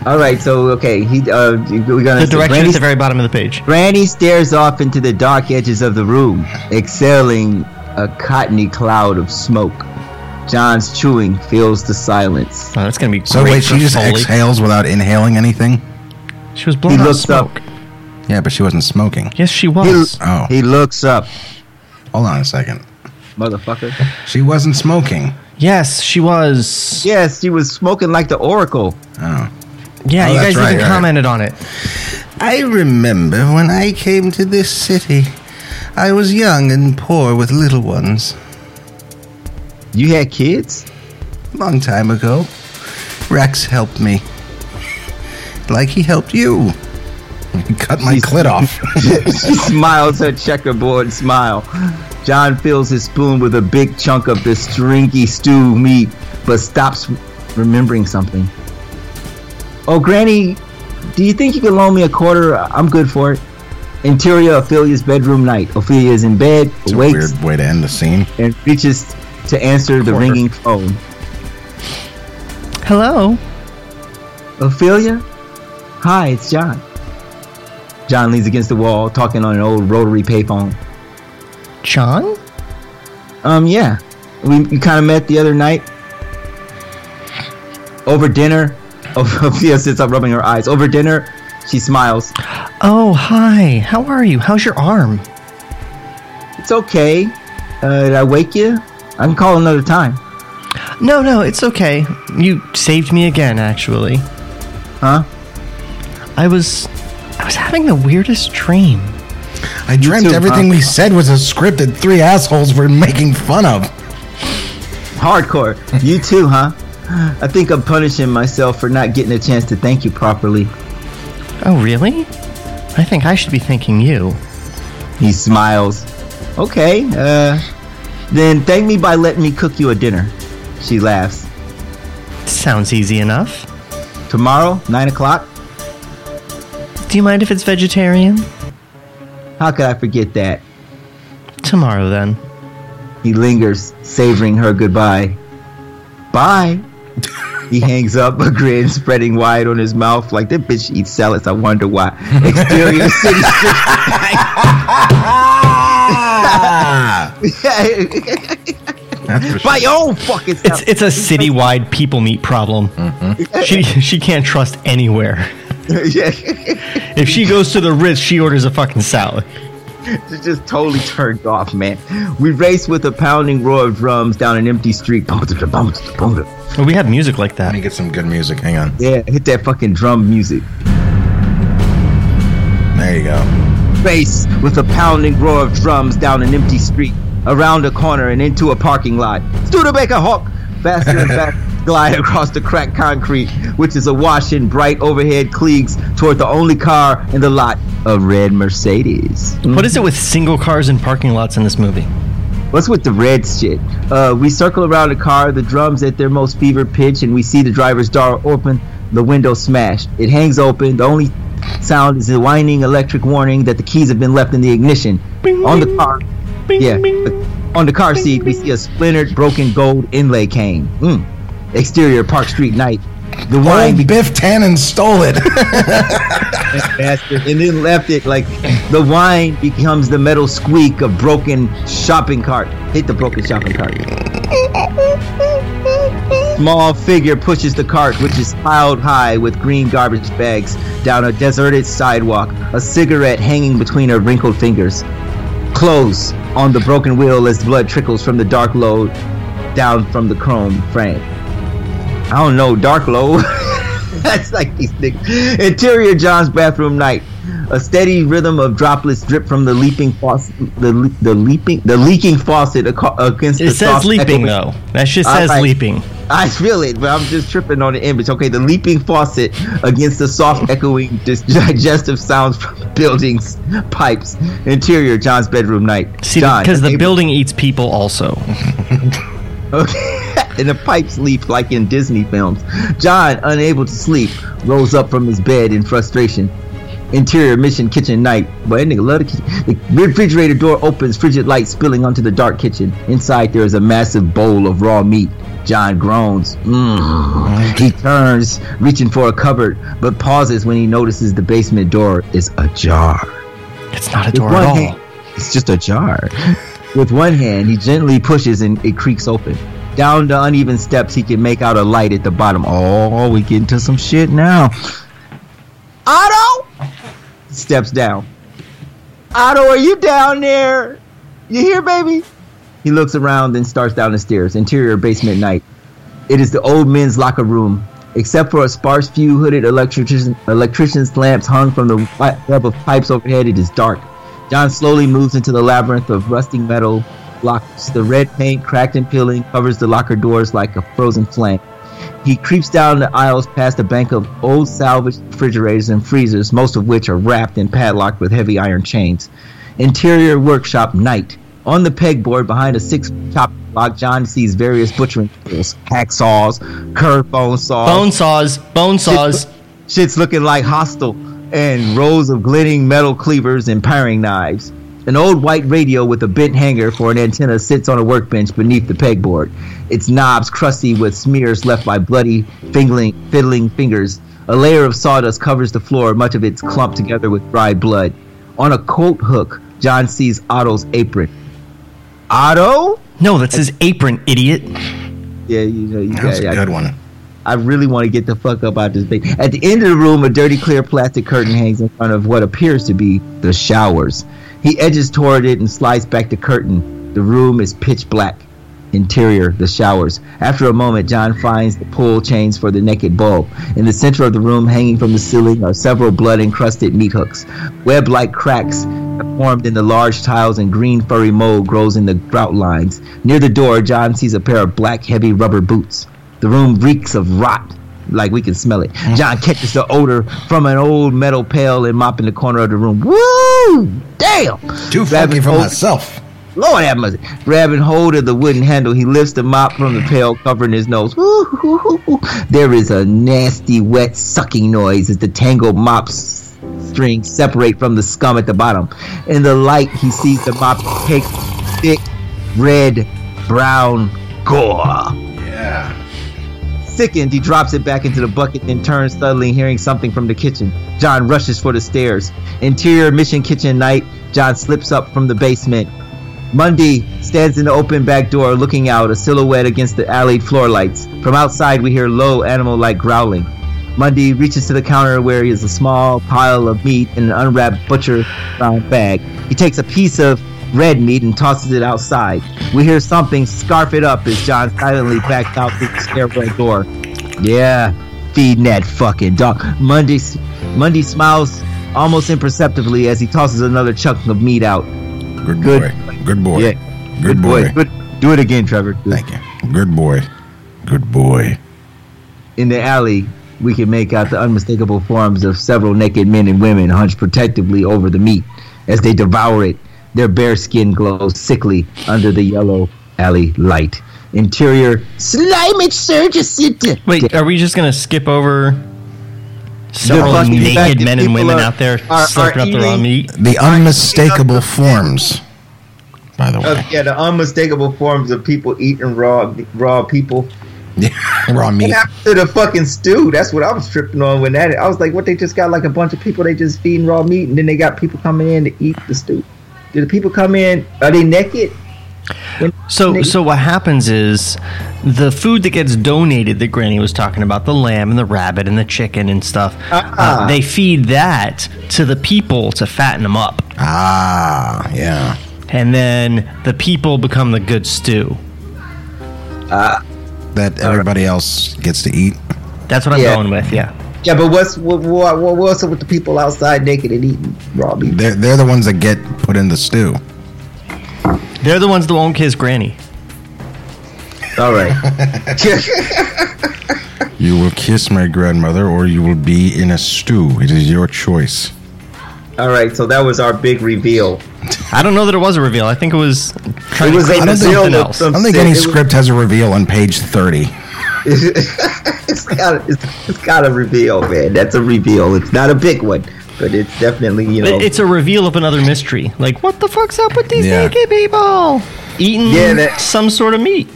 Speaker 5: All right, so okay, he uh, we're gonna
Speaker 4: The direction
Speaker 5: Randy-
Speaker 4: at the very bottom of the page.
Speaker 5: Granny stares off into the dark edges of the room, exhaling a cottony cloud of smoke. John's chewing fills the silence.
Speaker 4: Oh, that's gonna be
Speaker 6: So
Speaker 4: great
Speaker 6: wait,
Speaker 4: for
Speaker 6: she just
Speaker 4: Foley.
Speaker 6: exhales without inhaling anything.
Speaker 4: She was blowing
Speaker 5: He
Speaker 4: out
Speaker 5: looks up.
Speaker 4: smoke.
Speaker 6: Yeah, but she wasn't smoking.
Speaker 4: Yes, she
Speaker 5: He,
Speaker 4: was.
Speaker 6: Oh.
Speaker 5: he looks up,
Speaker 6: Hold on a second.
Speaker 5: motherfucker.
Speaker 6: She wasn't smoking.
Speaker 4: Yes, she was.
Speaker 5: Yes, she was smoking like the Oracle.
Speaker 6: Oh.
Speaker 4: Yeah,
Speaker 6: Oh,
Speaker 4: you guys
Speaker 6: that's right,
Speaker 4: even
Speaker 6: right.
Speaker 4: commented on it.
Speaker 6: I remember when I came to this city. I was young and poor with little ones.
Speaker 5: You had kids?
Speaker 6: Long time ago. Rex helped me. Like he helped you. He cut my clit off.
Speaker 5: she smiles her checkerboard smile. John fills his spoon with a big chunk of the stringy stew meat, but stops remembering something. Oh, Granny, do you think you can loan me a quarter? I'm good for it. Interior Ophelia's bedroom night. Ophelia is in bed,
Speaker 6: It's a
Speaker 5: awakes,
Speaker 6: weird way to end the scene.
Speaker 5: and reaches to answer the ringing phone.
Speaker 4: Hello.
Speaker 5: Ophelia? Hi, it's John. John leans against the wall, talking on an old rotary payphone.
Speaker 4: John?
Speaker 5: Um, yeah. We, we kind of met the other night. Over dinner. Oh, Ophelia sits up, rubbing her eyes. Over dinner, she smiles.
Speaker 4: Oh, hi. How are you? How's your arm?
Speaker 5: It's okay. Uh, did I wake you? I can call another time.
Speaker 4: No, no, it's okay. You saved me again, actually.
Speaker 5: Huh?
Speaker 4: I was I was having the weirdest dream.
Speaker 6: I dreamt
Speaker 5: too,
Speaker 6: everything
Speaker 5: huh?
Speaker 6: we said was a script that three assholes were making fun of.
Speaker 5: Hardcore. you too, huh? I think I'm punishing myself for not getting a chance to thank you properly.
Speaker 4: Oh, really? I think I should be thanking you.
Speaker 5: He smiles. Okay, uh, then thank me by letting me cook you a dinner. She laughs.
Speaker 4: Sounds easy enough.
Speaker 5: Tomorrow, 9 o'clock?
Speaker 4: Do you mind if it's vegetarian?
Speaker 5: How could I forget that?
Speaker 4: Tomorrow then.
Speaker 5: He lingers, savoring her goodbye. Bye. He hangs up, a grin spreading wide on his mouth like that bitch eats salads. I wonder why. Exterior city. My own fucking
Speaker 4: It's
Speaker 5: self.
Speaker 4: it's a citywide people meat problem.
Speaker 5: Mm-hmm.
Speaker 4: She she can't trust anywhere.
Speaker 5: yeah.
Speaker 4: If she goes to the Ritz, she orders a fucking salad.
Speaker 5: It's just totally turned off, man. We race with a pounding roar of drums down an empty street. Yeah,
Speaker 4: Well, we have music like that.
Speaker 6: Let me get some good music. Hang on.
Speaker 5: hit that fucking drum music.
Speaker 6: There you go.
Speaker 5: Race with a pounding roar of drums down an empty street, around a corner and into a parking lot. Studebaker Hawk! Faster and faster glide across the cracked concrete, which is awash in bright overhead cleats toward the only car in the lot, a red Mercedes.
Speaker 4: What is it with single cars and parking lots in this movie?
Speaker 5: What's with the red shit? Uh, we circle around the car, the drums at their most fevered pitch, and we see the driver's door open, the window smashed. It hangs open. The only sound is a whining electric warning that the keys have been left in the ignition. on the car, yeah, on the car seat, we see a splintered, broken gold inlay cane. Mm. Exterior Park Street night. The wine
Speaker 6: Old
Speaker 5: begins.
Speaker 6: Biff Tannen stole it.
Speaker 5: bastard and then left it like the whine becomes the metal squeak of broken shopping cart hit the broken shopping cart small figure pushes the cart which is piled high with green garbage bags down a deserted sidewalk a cigarette hanging between her wrinkled fingers close on the broken wheel as blood trickles from the dark load down from the chrome frame I don't know, Dark Low. That's like these niggas. Interior John's bathroom night. A steady rhythm of droplets drip from the leaping faucet, the, le- the leaping, the leaking faucet aco- against the
Speaker 4: It says
Speaker 5: soft
Speaker 4: leaping
Speaker 5: echo-
Speaker 4: though. That shit
Speaker 5: All
Speaker 4: says
Speaker 5: right.
Speaker 4: leaping.
Speaker 5: I feel it, but I'm just tripping on the image. Okay, the leaping faucet against the soft echoing dis- digestive sounds from buildings, pipes. Interior John's bedroom night.
Speaker 4: See,
Speaker 5: John,
Speaker 4: because the
Speaker 5: neighbor-
Speaker 4: building eats people also.
Speaker 5: Okay. and the pipes leap like in Disney films. John, unable to sleep, rolls up from his bed in frustration. Interior mission kitchen night. Boy, that nigga love the kitchen. The refrigerator door opens, frigid light spilling onto the dark kitchen. Inside, there is a massive bowl of raw meat. John groans. Mm. He turns, reaching for a cupboard, but pauses when he notices the basement door is ajar.
Speaker 4: It's not a
Speaker 5: With
Speaker 4: door at
Speaker 5: one
Speaker 4: all.
Speaker 5: hand- it's just a jar. With one hand, he gently pushes and it creaks open. Down the uneven steps, he can make out a light at the bottom. Oh, we get into some shit now. Otto steps down. Otto, are you down there? You here, baby? He looks around and starts down the stairs. Interior basement night. It is the old men's locker room. Except for a sparse few hooded electrician, electrician's lamps hung from the wi- web of pipes overhead, it is dark. John slowly moves into the labyrinth of rusting metal blocks. The red paint, cracked and peeling, covers the locker doors like a frozen flame. He creeps down the aisles past a bank of old salvaged refrigerators and freezers, most of which are wrapped and padlocked with heavy iron chains. Interior workshop night. On the pegboard behind a six chop block, John sees various butchering tools, hacksaws, curved bone saws,
Speaker 4: Bone saws, bone saws.
Speaker 5: Shit's looking like hostile and rows of glinting metal cleavers and paring knives. An old white radio with a bent hanger for an antenna sits on a workbench beneath the pegboard. Its knobs crusty with smears left by bloody fingling, fiddling fingers. A layer of sawdust covers the floor, much of it's clumped together with dried blood. On a coat hook, John sees Otto's apron. Otto?
Speaker 4: No, that's his apron, idiot.
Speaker 5: Yeah, you know, you
Speaker 6: That was
Speaker 5: got
Speaker 6: a
Speaker 5: it.
Speaker 6: good one.
Speaker 5: I really want to get the fuck up out this big. At the end of the room, a dirty clear plastic curtain hangs in front of what appears to be the showers. He edges toward it and slides back the curtain. The room is pitch black. Interior, the showers. After a moment, John finds the pull chains for the naked bulb. In the center of the room, hanging from the ceiling, are several blood encrusted meat hooks. Web like cracks have formed in the large tiles, and green furry mold grows in the grout lines. Near the door, John sees a pair of black, heavy rubber boots. The room reeks of rot. Like we can smell it.
Speaker 6: Mm.
Speaker 5: John catches the odor from an old metal pail and mop in the corner of the room. Woo! Damn!
Speaker 6: Too
Speaker 5: Rabbit
Speaker 6: funky for
Speaker 5: hole-
Speaker 6: myself.
Speaker 5: Lord have mercy. Grabbing hold of the wooden handle, he lifts the mop from the pail, covering his nose. There is a nasty, wet, sucking noise as the tangled mop s- strings separate from the scum at the bottom. In the light, he sees the mop take thick, red, brown gore. Sickened, he drops it back into the bucket and turns suddenly, hearing something from the kitchen. John rushes for the stairs. Interior mission kitchen night. John slips up from the basement. Mundy stands in the open back door looking out, a silhouette against the alley floor lights. From outside, we hear low animal like growling. Mundy reaches to the counter where is a small pile of meat in an unwrapped butcher brown bag. He takes a piece of red meat and tosses it outside. We hear something scarf it up as John silently backs out through the stairway door. Yeah, feeding that fucking dog. Mundy, Mundy smiles almost imperceptibly as he tosses another chunk of meat out.
Speaker 6: Good
Speaker 5: Good.
Speaker 6: boy. Good boy.
Speaker 5: Yeah.
Speaker 6: Good boy.
Speaker 5: Good. Do it again, Trevor.
Speaker 6: Thank you. Good boy. Good boy.
Speaker 5: In the alley, we can make out the unmistakable forms of several naked men and women hunched protectively over the meat as they devour it. Their bare skin glows sickly under the yellow alley light. Interior slime it surges it.
Speaker 4: Wait, are we just gonna skip over several
Speaker 5: fucking fact
Speaker 4: naked
Speaker 5: that
Speaker 4: men and
Speaker 5: people
Speaker 4: women
Speaker 5: are-
Speaker 4: out there
Speaker 5: are- are
Speaker 4: slurping up the raw
Speaker 5: eating-
Speaker 4: meat.
Speaker 6: The unmistakable forms, by the
Speaker 5: Of,
Speaker 6: way.
Speaker 5: yeah, the unmistakable forms of people eating raw raw people.
Speaker 6: Raw meat.
Speaker 5: And after the fucking stew, that's what I was tripping on when that. I was like, what? They just got like a bunch of people. They just feeding raw meat, and then they got people coming in to eat the stew. Do the people come in? Are they naked?
Speaker 4: So,
Speaker 5: Nick-
Speaker 4: so what happens is the food that gets donated that Granny was talking about, the lamb and the rabbit and the chicken and stuff, uh,
Speaker 5: Uh-uh.
Speaker 4: they feed that to the people to fatten them up,
Speaker 6: Ah, yeah.
Speaker 4: and then the people become the good stew.
Speaker 6: That everybody else gets to eat.
Speaker 4: That's what I'm
Speaker 5: Yeah.
Speaker 4: going with. Yeah,
Speaker 5: Yeah, but what's what, what, what, what's up with the people outside naked and eating raw meat?
Speaker 6: They're they're the ones that get put in the stew.
Speaker 4: they're the ones that won't kiss Granny.
Speaker 5: All right.
Speaker 6: You will kiss my grandmother, or you will be in a stew. It is your choice.
Speaker 5: All right, so that was our big reveal.
Speaker 4: I don't know that it was a reveal. I think it was trying
Speaker 5: It was
Speaker 4: to
Speaker 5: a
Speaker 4: create
Speaker 5: reveal
Speaker 4: something
Speaker 5: of
Speaker 4: else.
Speaker 6: I
Speaker 5: some-
Speaker 6: don't think any
Speaker 5: It was-
Speaker 6: script has a reveal on page thirty.
Speaker 5: It's got it's, it's got a reveal, man. That's a reveal. It's not a big one, but it's definitely you know.
Speaker 4: But it's a reveal of another mystery. Like, what the fuck's up with these
Speaker 6: Yeah.
Speaker 4: naked people eating
Speaker 5: Yeah, that-
Speaker 4: some sort of meat?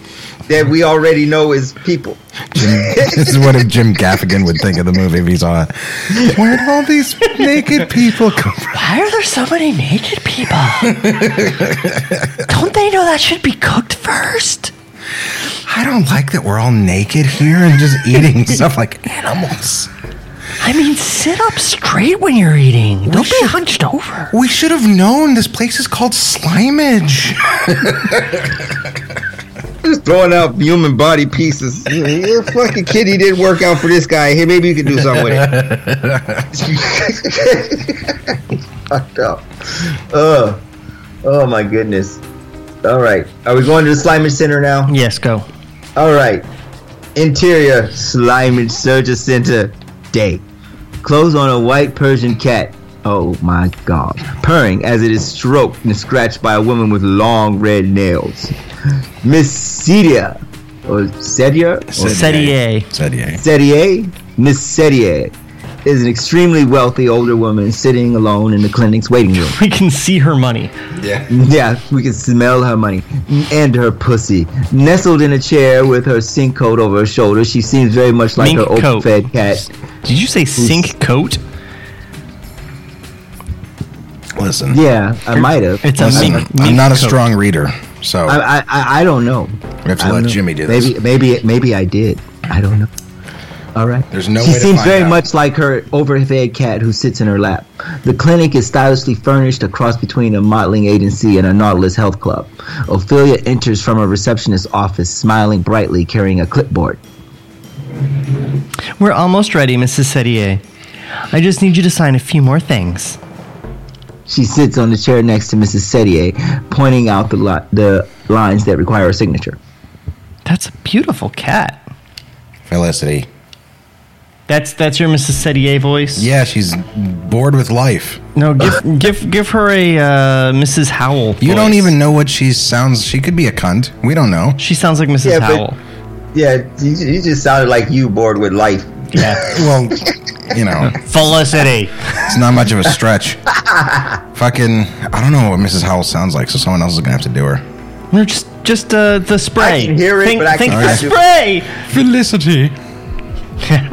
Speaker 5: that we already know is people.
Speaker 6: this is what if Jim Gaffigan would think of the movie if he saw it. Where'd all these naked people come from?
Speaker 4: Why are there so many naked people? Don't they know that should be cooked first?
Speaker 6: I don't like that we're all naked here and just eating stuff like animals.
Speaker 4: I mean, sit up straight when you're eating. Don't be hunched over.
Speaker 6: We should have known this place is called Slimage.
Speaker 5: Just throwing out human body pieces. Your fucking kitty didn't work out for this guy. Hey, maybe you can do something with it. Fucked up. Ugh. Oh my goodness. All right. Are we going to the Slimage Center now?
Speaker 4: Yes, go.
Speaker 5: All right. Interior Slimage Surgery Center day. Clothes on a white Persian cat. Oh my god. Purring as it is stroked and scratched by a woman with long red nails. Miss Cedia. Or Cedia? Or
Speaker 4: Setier.
Speaker 6: Sedier.
Speaker 5: Setier, Miss Setier, is an extremely wealthy older woman sitting alone in the clinic's waiting room.
Speaker 4: We can see her money.
Speaker 5: Yeah, we can smell her money and her pussy. Nestled in a chair with her sink coat over her shoulder, she seems very much like
Speaker 4: Mink
Speaker 5: her
Speaker 4: coat.
Speaker 5: open-fed cat.
Speaker 4: Did you say sink coat?
Speaker 6: Listen,
Speaker 5: Yeah, I might have.
Speaker 4: It's a
Speaker 6: listen,
Speaker 4: mink.
Speaker 6: I'm
Speaker 4: mink
Speaker 6: not a
Speaker 4: coat.
Speaker 6: strong reader, so
Speaker 5: I, I, I, I don't know.
Speaker 6: we have
Speaker 5: I
Speaker 6: to
Speaker 5: don't
Speaker 6: let
Speaker 5: know.
Speaker 6: Jimmy do this.
Speaker 5: maybe, Maybe, maybe I did. I don't know. All right.
Speaker 6: There's no
Speaker 5: She
Speaker 6: way to
Speaker 5: seems
Speaker 6: find
Speaker 5: very
Speaker 6: out.
Speaker 5: much like her overfed cat who sits in her lap. The clinic is stylishly furnished, a cross between a modeling agency and a Nautilus health club. Ophelia enters from a receptionist's office, smiling brightly, carrying a clipboard.
Speaker 4: We're almost ready, Mrs. Setier. I just need you to sign a few more things.
Speaker 5: She sits on the chair next to Mrs. Setier, pointing out the, li- the lines that require a signature.
Speaker 4: That's a beautiful cat.
Speaker 6: Felicity.
Speaker 4: That's that's your Mrs. Setier voice.
Speaker 6: Yeah, she's bored with life.
Speaker 4: No, give give give her a uh, Mrs. Howell.
Speaker 6: You
Speaker 4: voice.
Speaker 6: don't even know what she sounds. She could be a cunt. We don't know.
Speaker 4: She sounds like Mrs.
Speaker 5: Yeah, but-
Speaker 4: Howell.
Speaker 5: Yeah, you, you just sounded like you bored with life.
Speaker 4: Yeah.
Speaker 6: Well, you know,
Speaker 4: Felicity.
Speaker 6: it's not much of a stretch. Fucking, I don't know what Mrs. Howell sounds like, so someone else is gonna have to do her.
Speaker 4: No, just just uh, the spray.
Speaker 5: I can hear it,
Speaker 4: think,
Speaker 5: but I
Speaker 4: think
Speaker 5: can't
Speaker 4: the
Speaker 5: do it.
Speaker 4: spray.
Speaker 6: Felicity.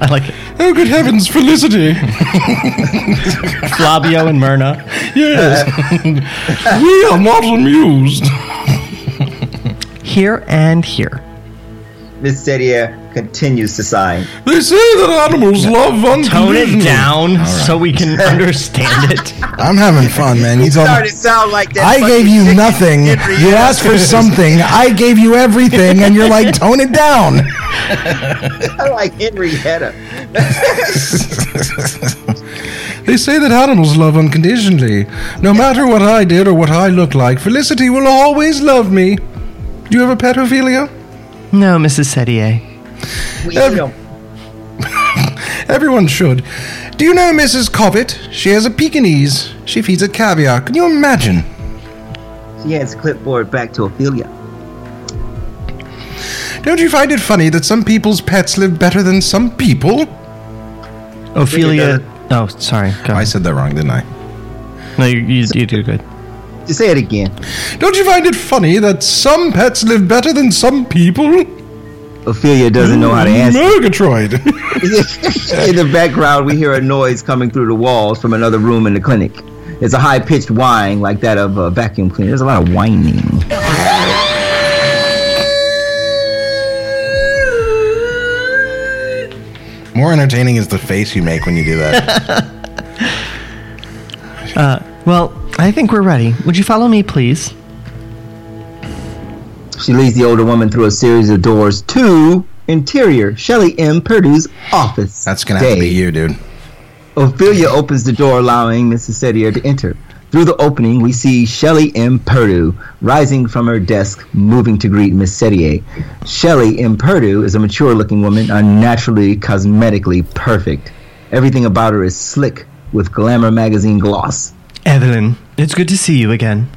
Speaker 4: I like it.
Speaker 6: Oh, good heavens, Felicity.
Speaker 4: Flavio and Myrna.
Speaker 6: Yes. we are not amused.
Speaker 4: Here and here.
Speaker 5: Miss Setier continues to sign.
Speaker 6: They say that animals love
Speaker 4: Tone it down
Speaker 6: Mm-hmm. right.
Speaker 4: so we can understand it.
Speaker 6: I'm having fun, man. You told
Speaker 5: Started to sound like that.
Speaker 6: I gave
Speaker 5: fucking
Speaker 6: you
Speaker 5: chicken
Speaker 6: nothing.
Speaker 5: Henry
Speaker 6: You asked for something. I gave you everything, and you're like, tone it down.
Speaker 5: I like Henrietta.
Speaker 6: They say that animals love unconditionally. No matter what I did or what I look like, Felicity will always love me. Do you have a pet, Ophelia?
Speaker 4: No, Mrs. Setier.
Speaker 5: We
Speaker 6: Ev-
Speaker 5: don't-
Speaker 6: Everyone should. Do you know Mrs. Cobbett? She has a Pekingese. She feeds it caviar. Can you imagine?
Speaker 5: She hands clipboard back to Ophelia.
Speaker 6: Don't you find it funny that some people's pets live better than some people?
Speaker 4: Ophelia. Oh, sorry. Go
Speaker 6: I
Speaker 4: ahead.
Speaker 6: said that wrong, didn't I?
Speaker 4: No, you, you, you did good.
Speaker 5: Just say it again.
Speaker 6: Don't you find it funny that some pets live better than some people?
Speaker 5: Ophelia doesn't know how to answer.
Speaker 6: Murgatroyd.
Speaker 5: in the background, we hear a noise coming through the walls from another room in the clinic. It's a high pitched whine like that of a vacuum cleaner. There's a lot of whining.
Speaker 6: More entertaining is the face you make when you do that.
Speaker 4: Well, I think we're ready. Would you follow me, please?
Speaker 5: She leads the older woman through a series of doors to interior Shelley M. Purdue's office.
Speaker 6: That's gonna have to be
Speaker 5: Day.
Speaker 6: you, dude.
Speaker 5: Ophelia opens the door, allowing Mrs. Sedier to enter. Through the opening, we see Shelley M. Purdue rising from her desk, moving to greet Miss Sedier. Shelley M. Purdue is a mature looking woman, unnaturally cosmetically perfect. Everything about her is slick with Glamour magazine gloss.
Speaker 4: Evelyn, it's good to see you again.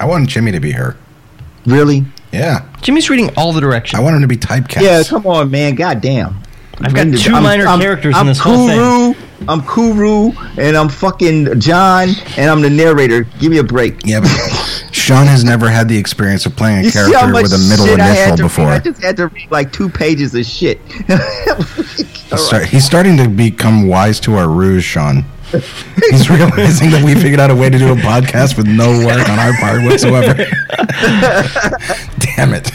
Speaker 6: I want Jimmy to be her.
Speaker 5: Really?
Speaker 6: Yeah,
Speaker 4: Jimmy's reading all the
Speaker 6: I
Speaker 4: directions.
Speaker 6: want him to be typecast.
Speaker 5: Yeah, come on, man. Goddamn.
Speaker 4: I've got two minor characters in
Speaker 5: I'm
Speaker 4: this whole thing.
Speaker 5: Kuru, I'm Kuru, and I'm fucking John, and I'm the narrator. Give me a break.
Speaker 6: Yeah, but Sean has never had the experience of playing a
Speaker 5: You see how
Speaker 6: character
Speaker 5: much
Speaker 6: with a middle
Speaker 5: shit I had
Speaker 6: initial
Speaker 5: to read?
Speaker 6: before.
Speaker 5: I just had to read like two pages of shit. All
Speaker 6: Start- He's starting to become wise to our ruse, Sean. He's realizing that we figured out a way to do a podcast with no work on our part whatsoever. Damn it.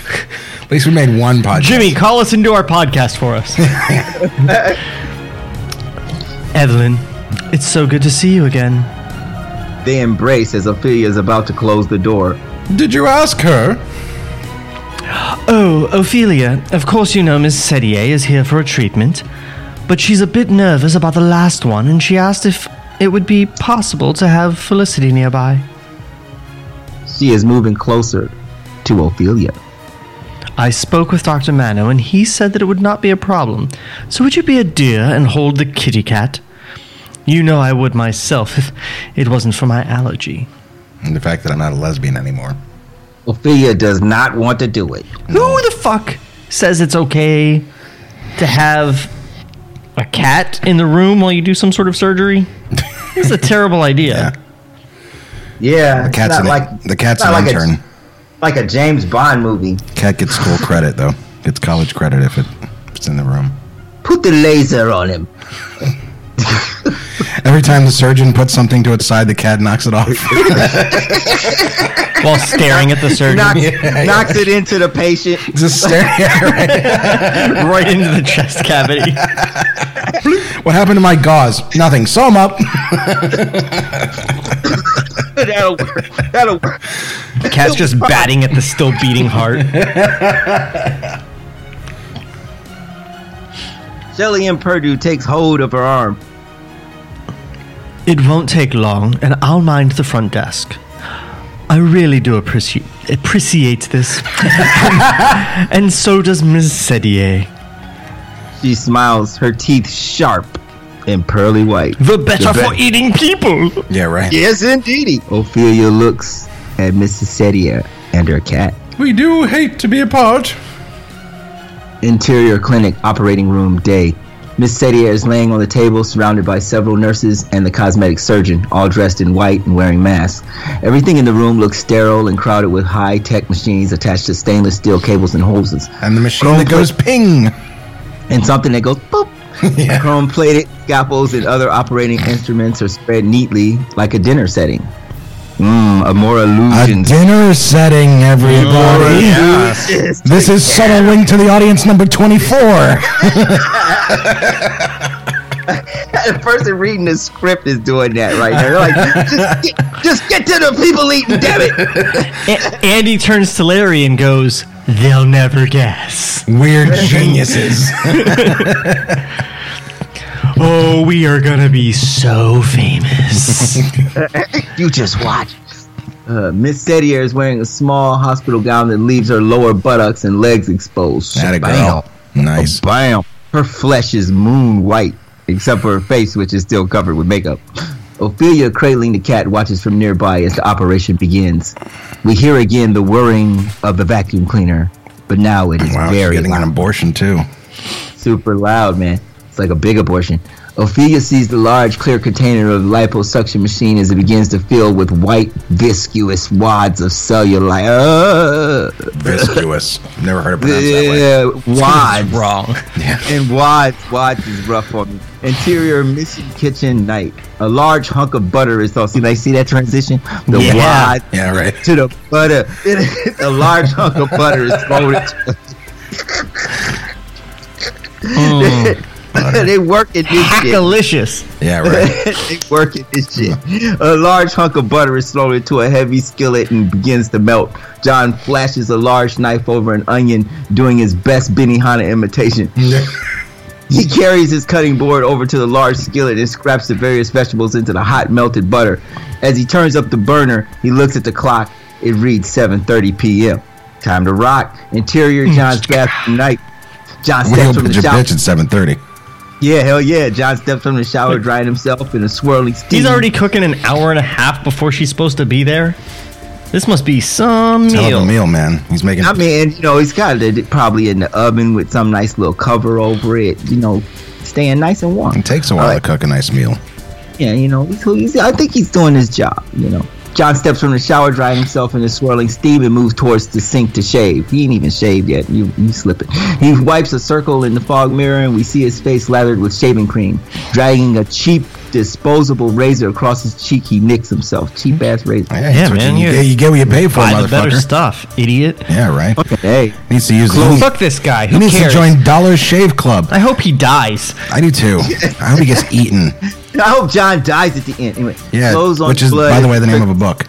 Speaker 6: At least we made one podcast.
Speaker 4: Jimmy, call us and do our podcast for us. Evelyn, it's so good to see you again.
Speaker 5: right. They embrace as Ophelia is about to close the door.
Speaker 6: Did you ask her?
Speaker 4: Oh, Ophelia, of course you know Miss Sedier is here for a treatment, but she's a bit nervous about the last one, and she asked if it would be possible to have Felicity nearby.
Speaker 5: She is moving closer to Ophelia.
Speaker 4: I spoke with Dr. Mano, and he said that it would not be a problem. So would you be a dear and hold the kitty cat? You know I would myself if it wasn't for my allergy.
Speaker 6: And the fact that I'm not a lesbian anymore.
Speaker 5: Ophelia does not want to do it.
Speaker 4: Who the fuck says it's okay to have a cat in the room while you do some sort of surgery? It's a terrible idea.
Speaker 6: Yeah.
Speaker 5: Yeah,
Speaker 6: The cat's
Speaker 5: it's
Speaker 6: an,
Speaker 5: not like
Speaker 6: the cat's
Speaker 5: it's
Speaker 6: an
Speaker 5: not like a-
Speaker 6: intern.
Speaker 5: like a James Bond movie.
Speaker 6: Cat gets school credit, though. Gets college credit if, it, if it's in the room.
Speaker 5: Put the laser on him.
Speaker 6: Every time the surgeon puts something to its side, the cat knocks it off.
Speaker 4: While staring at the surgeon
Speaker 5: Knock, knocks it into the patient.
Speaker 6: Just staring at her.
Speaker 4: right into the chest cavity.
Speaker 6: What happened to my gauze? Nothing. Sew 'em up.
Speaker 5: That'll work. That'll work.
Speaker 4: The cat's just batting at the still beating heart.
Speaker 5: Shelley M. Purdue takes hold of her arm.
Speaker 4: It won't take long, and I'll mind the front desk. I really do appreciate appreciate this, and so does Ms. Sedier.
Speaker 5: She smiles, her teeth sharp and pearly white.
Speaker 4: The better
Speaker 5: The
Speaker 4: for
Speaker 5: be-
Speaker 4: eating people.
Speaker 6: yeah, right.
Speaker 5: Yes, indeedy. Ophelia looks at Mrs. Sedia and her cat.
Speaker 6: We do hate to be apart.
Speaker 5: Interior clinic operating room day. Miss Sedia is laying on the table, surrounded by several nurses and the cosmetic surgeon, all dressed in white and wearing masks. Everything in the room looks sterile and crowded with high-tech machines attached to stainless steel cables and hoses.
Speaker 6: And the machine that goes ping.
Speaker 5: and something that goes boop. Chrome plated scalpels and other operating instruments are spread neatly like a dinner setting. Mmm, a more
Speaker 6: A
Speaker 5: illusions.
Speaker 6: dinner setting,
Speaker 5: Oh,
Speaker 6: everybody. This is subtle wink to the audience number 24.
Speaker 5: the person reading the script is doing that right now. They're like, just get, just get to the people eating, damn it.
Speaker 4: A- Andy turns to Larry and goes, "They'll never guess."
Speaker 6: Weird geniuses.
Speaker 4: Oh, we are gonna be so famous.
Speaker 5: You just watch. Uh, Miss Sedier is wearing a small hospital gown that leaves her lower buttocks and legs exposed.
Speaker 6: That a
Speaker 5: Bam.
Speaker 6: girl. Nice.
Speaker 5: Bam. Her flesh is moon white, except for her face, which is still covered with makeup. Ophelia, cradling the cat, watches from nearby as the operation begins. We hear again the whirring of the vacuum cleaner, but now it is
Speaker 6: Wow, she's
Speaker 5: very
Speaker 6: getting an
Speaker 5: loud.
Speaker 6: abortion too.
Speaker 5: super loud, man. It's like a big abortion. Ophelia sees the large, clear container of the liposuction machine as it begins to fill with white, viscous wads of cellulite. Uh,
Speaker 6: Viscuous. Never heard it pronounced that way.
Speaker 5: yeah, wads.
Speaker 4: Wrong.
Speaker 5: And Wads, Wads is rough on me. Interior Mission Kitchen Night. A large hunk of butter is all. See, like, see that transition? The
Speaker 4: Yeah.
Speaker 5: Wads
Speaker 6: Yeah, right.
Speaker 5: to the butter. a large hunk of butter is thrown at They work in this shit.
Speaker 4: Hackalicious.
Speaker 6: Yeah, right.
Speaker 5: they work at this shit. A large hunk of butter is thrown into a heavy skillet and begins to melt. John flashes a large knife over an onion, doing his best Benihana imitation. He carries his cutting board over to the large skillet and scraps the various vegetables into the hot melted butter. As he turns up the burner, he looks at the clock. It reads 7:30 p.m. Time to rock. Interior John's bathroom night. John
Speaker 6: We
Speaker 5: steps
Speaker 6: hope
Speaker 5: from the
Speaker 6: bitch
Speaker 5: shower.
Speaker 6: bitch at seven thirty.
Speaker 5: Yeah, hell yeah. John steps from the shower, drying himself in a swirling steam.
Speaker 6: Hmm.
Speaker 4: He's already cooking an hour and a half before she's supposed to be there. This must be some
Speaker 6: Tell him
Speaker 4: meal.
Speaker 6: a meal, man. He's making.
Speaker 5: I mean, you know, he's got it probably in the oven with some nice little cover over it. You know, staying nice and warm.
Speaker 6: it takes a while to cook a nice meal.
Speaker 5: Yeah, you know, he's, he's, I think he's doing his job, you know. John steps from the shower, drying himself in the swirling steam, and moves towards the sink to shave. He ain't even shaved yet. You, you slipping. He wipes a circle in the fog mirror, and we see his face lathered with shaving cream. Dragging a cheap, disposable razor across his cheek, he nicks himself. Cheap ass razor.
Speaker 6: Yeah, that's what
Speaker 4: man,
Speaker 6: You,
Speaker 4: you-
Speaker 6: get, you get what you pay for,
Speaker 4: Buy the better
Speaker 6: motherfucker.
Speaker 4: stuff, idiot.
Speaker 6: Yeah, right.
Speaker 5: Hey,
Speaker 6: Needs to use. He,
Speaker 4: Fuck this guy.
Speaker 6: he
Speaker 4: Who
Speaker 6: needs to
Speaker 4: cares?
Speaker 6: join Dollar Shave Club.
Speaker 4: I hope he dies.
Speaker 6: I do too. I hope he gets eaten.
Speaker 5: I hope John dies at the end. Anyway,
Speaker 6: Yeah,
Speaker 5: clothes on
Speaker 6: which is,
Speaker 5: blood
Speaker 6: by the way, the name of a book.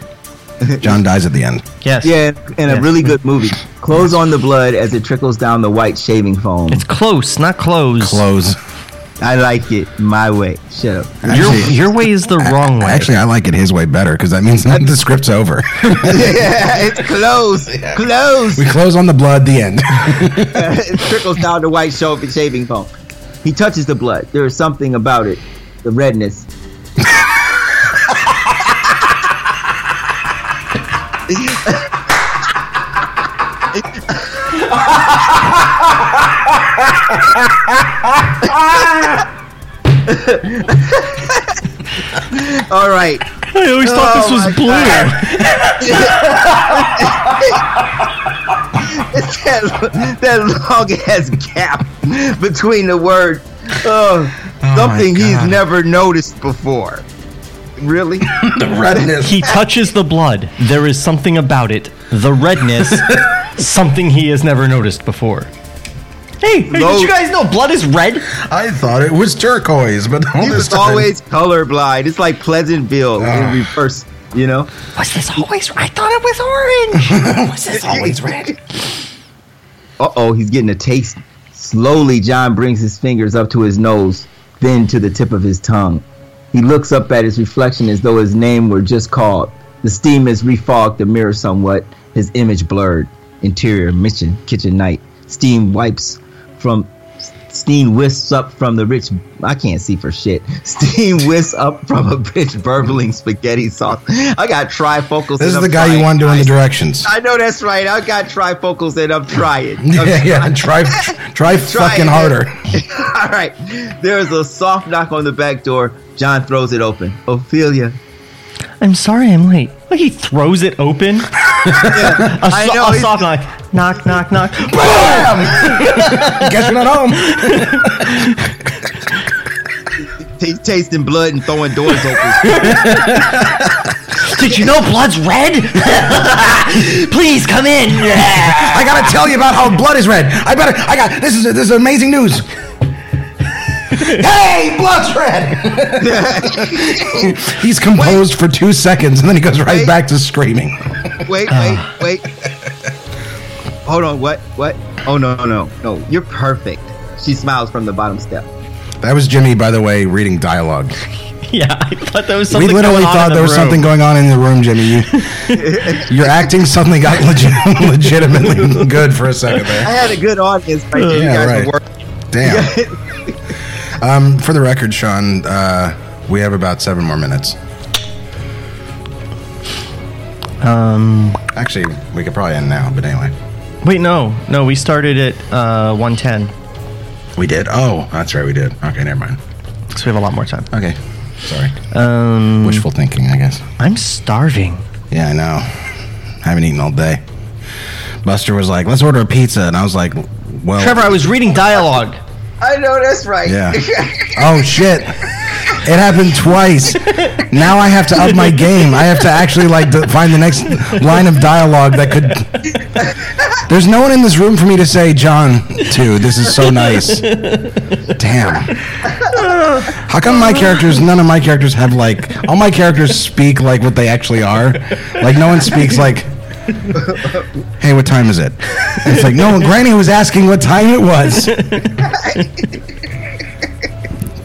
Speaker 6: John dies at the end.
Speaker 4: Yes.
Speaker 5: Yeah, and a
Speaker 4: Yes.
Speaker 5: really good movie. Clothes on the blood as it trickles down the white shaving foam.
Speaker 4: It's close, not close.
Speaker 6: Close.
Speaker 5: I like it my way. Shut up.
Speaker 4: Your,
Speaker 6: Actually-
Speaker 4: your way is the wrong way.
Speaker 6: Actually, I like it his way better because that means the script's over.
Speaker 5: yeah, it's closed. Closed.
Speaker 6: we close on the blood. The end.
Speaker 5: it trickles down the white shaving shaving foam. He touches the blood. There is something about it. The redness. All right.
Speaker 4: I always thought
Speaker 6: oh
Speaker 4: this was blue.
Speaker 5: It's that, that long ass gap between the word uh, something he's
Speaker 6: God.
Speaker 5: never noticed before. Really?
Speaker 4: He touches the blood. There is something about it. The redness. something he has never noticed before. Hey, hey, did you guys know blood is red?
Speaker 6: I thought it was turquoise, but all
Speaker 5: He
Speaker 6: this
Speaker 5: was
Speaker 6: time,
Speaker 5: always colorblind. It's like Pleasantville in reverse, you know?
Speaker 4: Was this always I thought it was orange. was this always red?
Speaker 5: Uh oh, he's getting a taste. Slowly, John brings his fingers up to his nose, then to the tip of his tongue. He looks up at his reflection as though his name were just called. The steam has refogged the mirror somewhat, his image blurred. Interior, mission, kitchen night. Steam wipes from. Steam whisks up from the rich. I can't see for shit. Steam whisks up from a rich, burbling spaghetti sauce. I got trifocals.
Speaker 6: This is the guy you want doing the directions.
Speaker 5: I know that's right. I got trifocals and I'm trying. I'm
Speaker 6: yeah, yeah. Try, try
Speaker 5: Try
Speaker 6: fucking
Speaker 5: it.
Speaker 6: harder.
Speaker 5: All right. There is a soft knock on the back door. John throws it open. Ophelia.
Speaker 4: I'm sorry, I'm late. Like he throws it open. a,
Speaker 5: I
Speaker 4: so-
Speaker 5: know,
Speaker 4: a
Speaker 5: he's-
Speaker 4: soft knock. Knock, knock, knock.
Speaker 6: Guess you're not home.
Speaker 5: He's tasting blood and throwing doors open.
Speaker 4: Did you know blood's red? Please come in.
Speaker 6: I gotta tell you about how blood is red. I better. I got this is this is amazing news. hey, blood's red. He's composed for two seconds and then he goes right
Speaker 5: Wait.
Speaker 6: back to screaming.
Speaker 5: wait, wait, wait. Hold on. What? What? Oh, no, no, no. No. You're perfect. She smiles from the bottom step.
Speaker 6: That was Jimmy, by the way, reading dialogue.
Speaker 4: yeah, I thought there was
Speaker 6: We
Speaker 4: something.
Speaker 6: literally
Speaker 4: going on
Speaker 6: thought
Speaker 4: in the
Speaker 6: there was
Speaker 4: room.
Speaker 6: something going on in the room, Jimmy. You, your acting suddenly got legit, legitimately good for a second
Speaker 5: I
Speaker 6: there.
Speaker 5: had a good audience right there. You
Speaker 6: Yeah,
Speaker 5: guys
Speaker 6: right.
Speaker 5: were working.
Speaker 6: Damn. Um, for the record, Sean, uh, we have about seven more minutes.
Speaker 4: Um,
Speaker 6: Actually, we could probably end now, but anyway.
Speaker 4: wait, no, no, we started at uh 110.
Speaker 6: We did? Oh, that's right, we did. Okay, never mind.
Speaker 4: so we have a lot more time.
Speaker 6: Okay. Sorry. Um, Wishful thinking, I guess.
Speaker 4: I'm starving.
Speaker 6: Yeah, I know. haven't eaten all day. Buster was like, let's order a pizza. And I was like, well.
Speaker 4: Trevor, I was reading dialogue.
Speaker 5: I know that's right.
Speaker 6: Yeah. Oh, shit. It happened twice. Now I have to up my game. I have to actually like d find the next line of dialogue that could. There's no one in this room for me to say John to. This is so nice. Damn. How come my characters? None of my characters have like all my characters speak like what they actually are. Like no one speaks like. Hey, what time is it? It's like no. Granny was asking what time it was.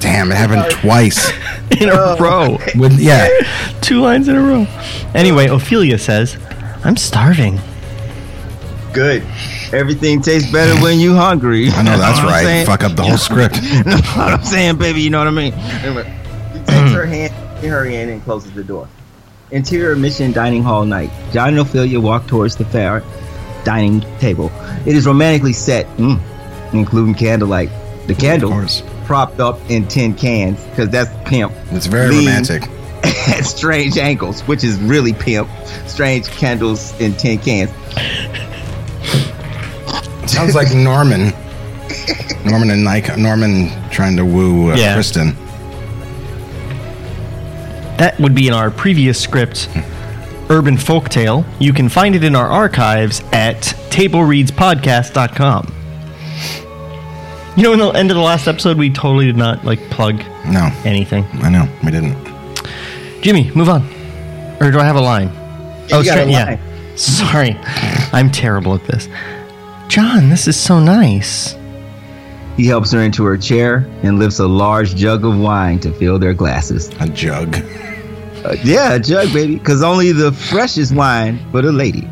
Speaker 6: Damn, it happened twice.
Speaker 4: in a row.
Speaker 6: With yeah.
Speaker 4: Two lines in a row. Anyway, Ophelia says, I'm starving.
Speaker 5: Good. Everything tastes better when you hungry.
Speaker 6: I know that's
Speaker 5: what I'm
Speaker 6: right.
Speaker 5: saying?
Speaker 6: Fuck up the whole script.
Speaker 5: know what I'm saying, baby. You know what I mean. Anyway, he takes her hand, in her hand, and closes the door. Interior mission dining hall night. John and Ophelia walk towards the fair dining table. It is romantically set, mm, including candlelight. The candle
Speaker 6: course.
Speaker 5: propped up in tin cans, because that's pimp.
Speaker 6: It's very
Speaker 5: Lean
Speaker 6: romantic.
Speaker 5: at strange angles, which is really pimp. Strange candles in tin cans.
Speaker 6: Sounds like Norman. Norman and Nike. Norman trying to woo uh,
Speaker 4: Yeah.
Speaker 6: Kristen.
Speaker 4: That would be in our previous script, Urban Folktale. You can find it in our archives at tablereadspodcast.com. You know, in the end of the last episode, we totally did not like plug
Speaker 6: No,
Speaker 4: anything.
Speaker 6: I know we didn't.
Speaker 4: Jimmy, move on. Or do I have a line?
Speaker 5: you got a
Speaker 4: stra-
Speaker 5: line.
Speaker 4: yeah. Sorry, I'm terrible at this. John, this is so nice.
Speaker 5: He helps her into her chair and lifts a large jug of wine to fill their glasses.
Speaker 6: A jug.
Speaker 5: Uh, yeah, a jug, baby, because only the freshest wine for the lady.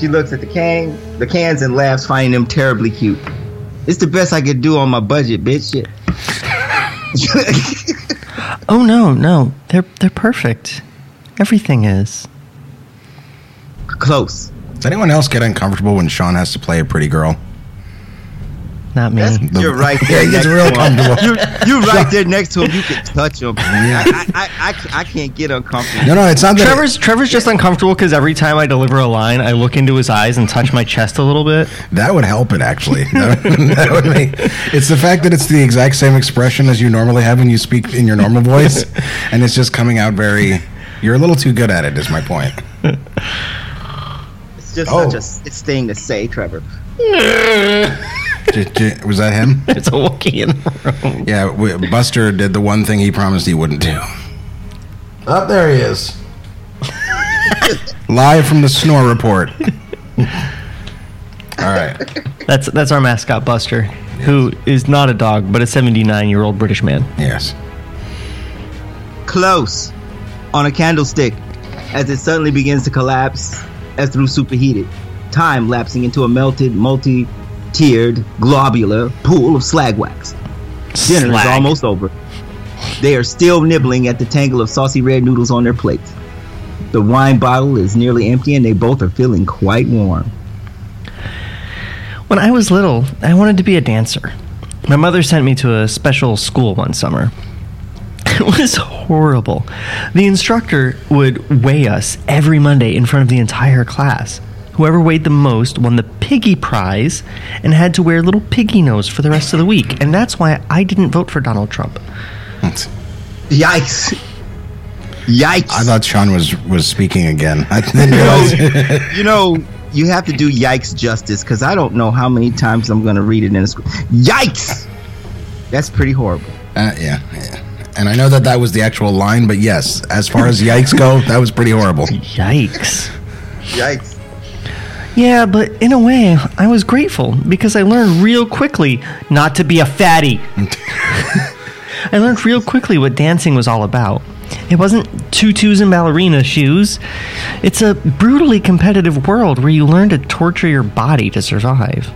Speaker 5: She looks at the can, the cans, and laughs, finding them terribly cute. It's the best I could do on my budget, bitch. Shit.
Speaker 4: Oh no, no, they're they're perfect. Everything is.
Speaker 5: Close.
Speaker 6: Does anyone else get uncomfortable when Sean has to play a pretty girl?
Speaker 4: Not me.
Speaker 5: That's,
Speaker 6: The-
Speaker 5: you're right.
Speaker 6: Yeah,
Speaker 5: There
Speaker 6: he
Speaker 5: next
Speaker 6: gets real
Speaker 5: to him.
Speaker 6: comfortable.
Speaker 5: You're, you're right there next to him. You can touch him. I, I, I, ca- I can't get uncomfortable.
Speaker 6: No, no, it's not that.
Speaker 4: Trevor's Trevor's just uncomfortable because every time I deliver a line, I look into his eyes and touch my chest a little bit.
Speaker 6: that would help it actually. That would, that would make, it's the fact that it's the exact same expression as you normally have when you speak in your normal voice, and it's just coming out very. You're a little too good at it. Is my point.
Speaker 5: It's just
Speaker 6: Oh.
Speaker 5: such a it's thing to say, Trevor.
Speaker 6: J- j- Was that him?
Speaker 4: It's a walkie in the room.
Speaker 6: Yeah, w- Buster did the one thing he promised he wouldn't do.
Speaker 2: Up Ah, there he is.
Speaker 6: Live from the Snore Report. All right.
Speaker 4: That's that's our mascot Buster, who is not a dog but a 79 year old British man.
Speaker 6: Yes.
Speaker 5: Close on a candlestick as it suddenly begins to collapse as through superheated. Time lapsing into a melted, multi tiered, globular pool of slag wax. Dinner
Speaker 4: Slag.
Speaker 5: is almost over. They are still nibbling at the tangle of saucy red noodles on their plates. The wine bottle is nearly empty and they both are feeling quite warm.
Speaker 4: When I was little, I wanted to be a dancer. My mother sent me to a special school one summer. It was horrible. The instructor would weigh us every Monday in front of the entire class. Whoever weighed the most won the piggy prize and had to wear little piggy nose for the rest of the week. And that's why I didn't vote for Donald Trump.
Speaker 5: Yikes! Yikes!
Speaker 6: I thought Sean was was speaking again. I didn't realize.
Speaker 5: you know, you have to do yikes justice because I don't know how many times I'm going to read it in a script. Yikes! That's pretty horrible.
Speaker 6: Uh, yeah, yeah. And I know that that was the actual line, but yes, as far as yikes go, that was pretty horrible.
Speaker 4: Yikes.
Speaker 5: Yikes.
Speaker 4: Yeah, but in a way, I was grateful because I learned real quickly not to be a fatty. I learned real quickly what dancing was all about. It wasn't tutus and ballerina shoes. It's a brutally competitive world where you learn to torture your body to survive.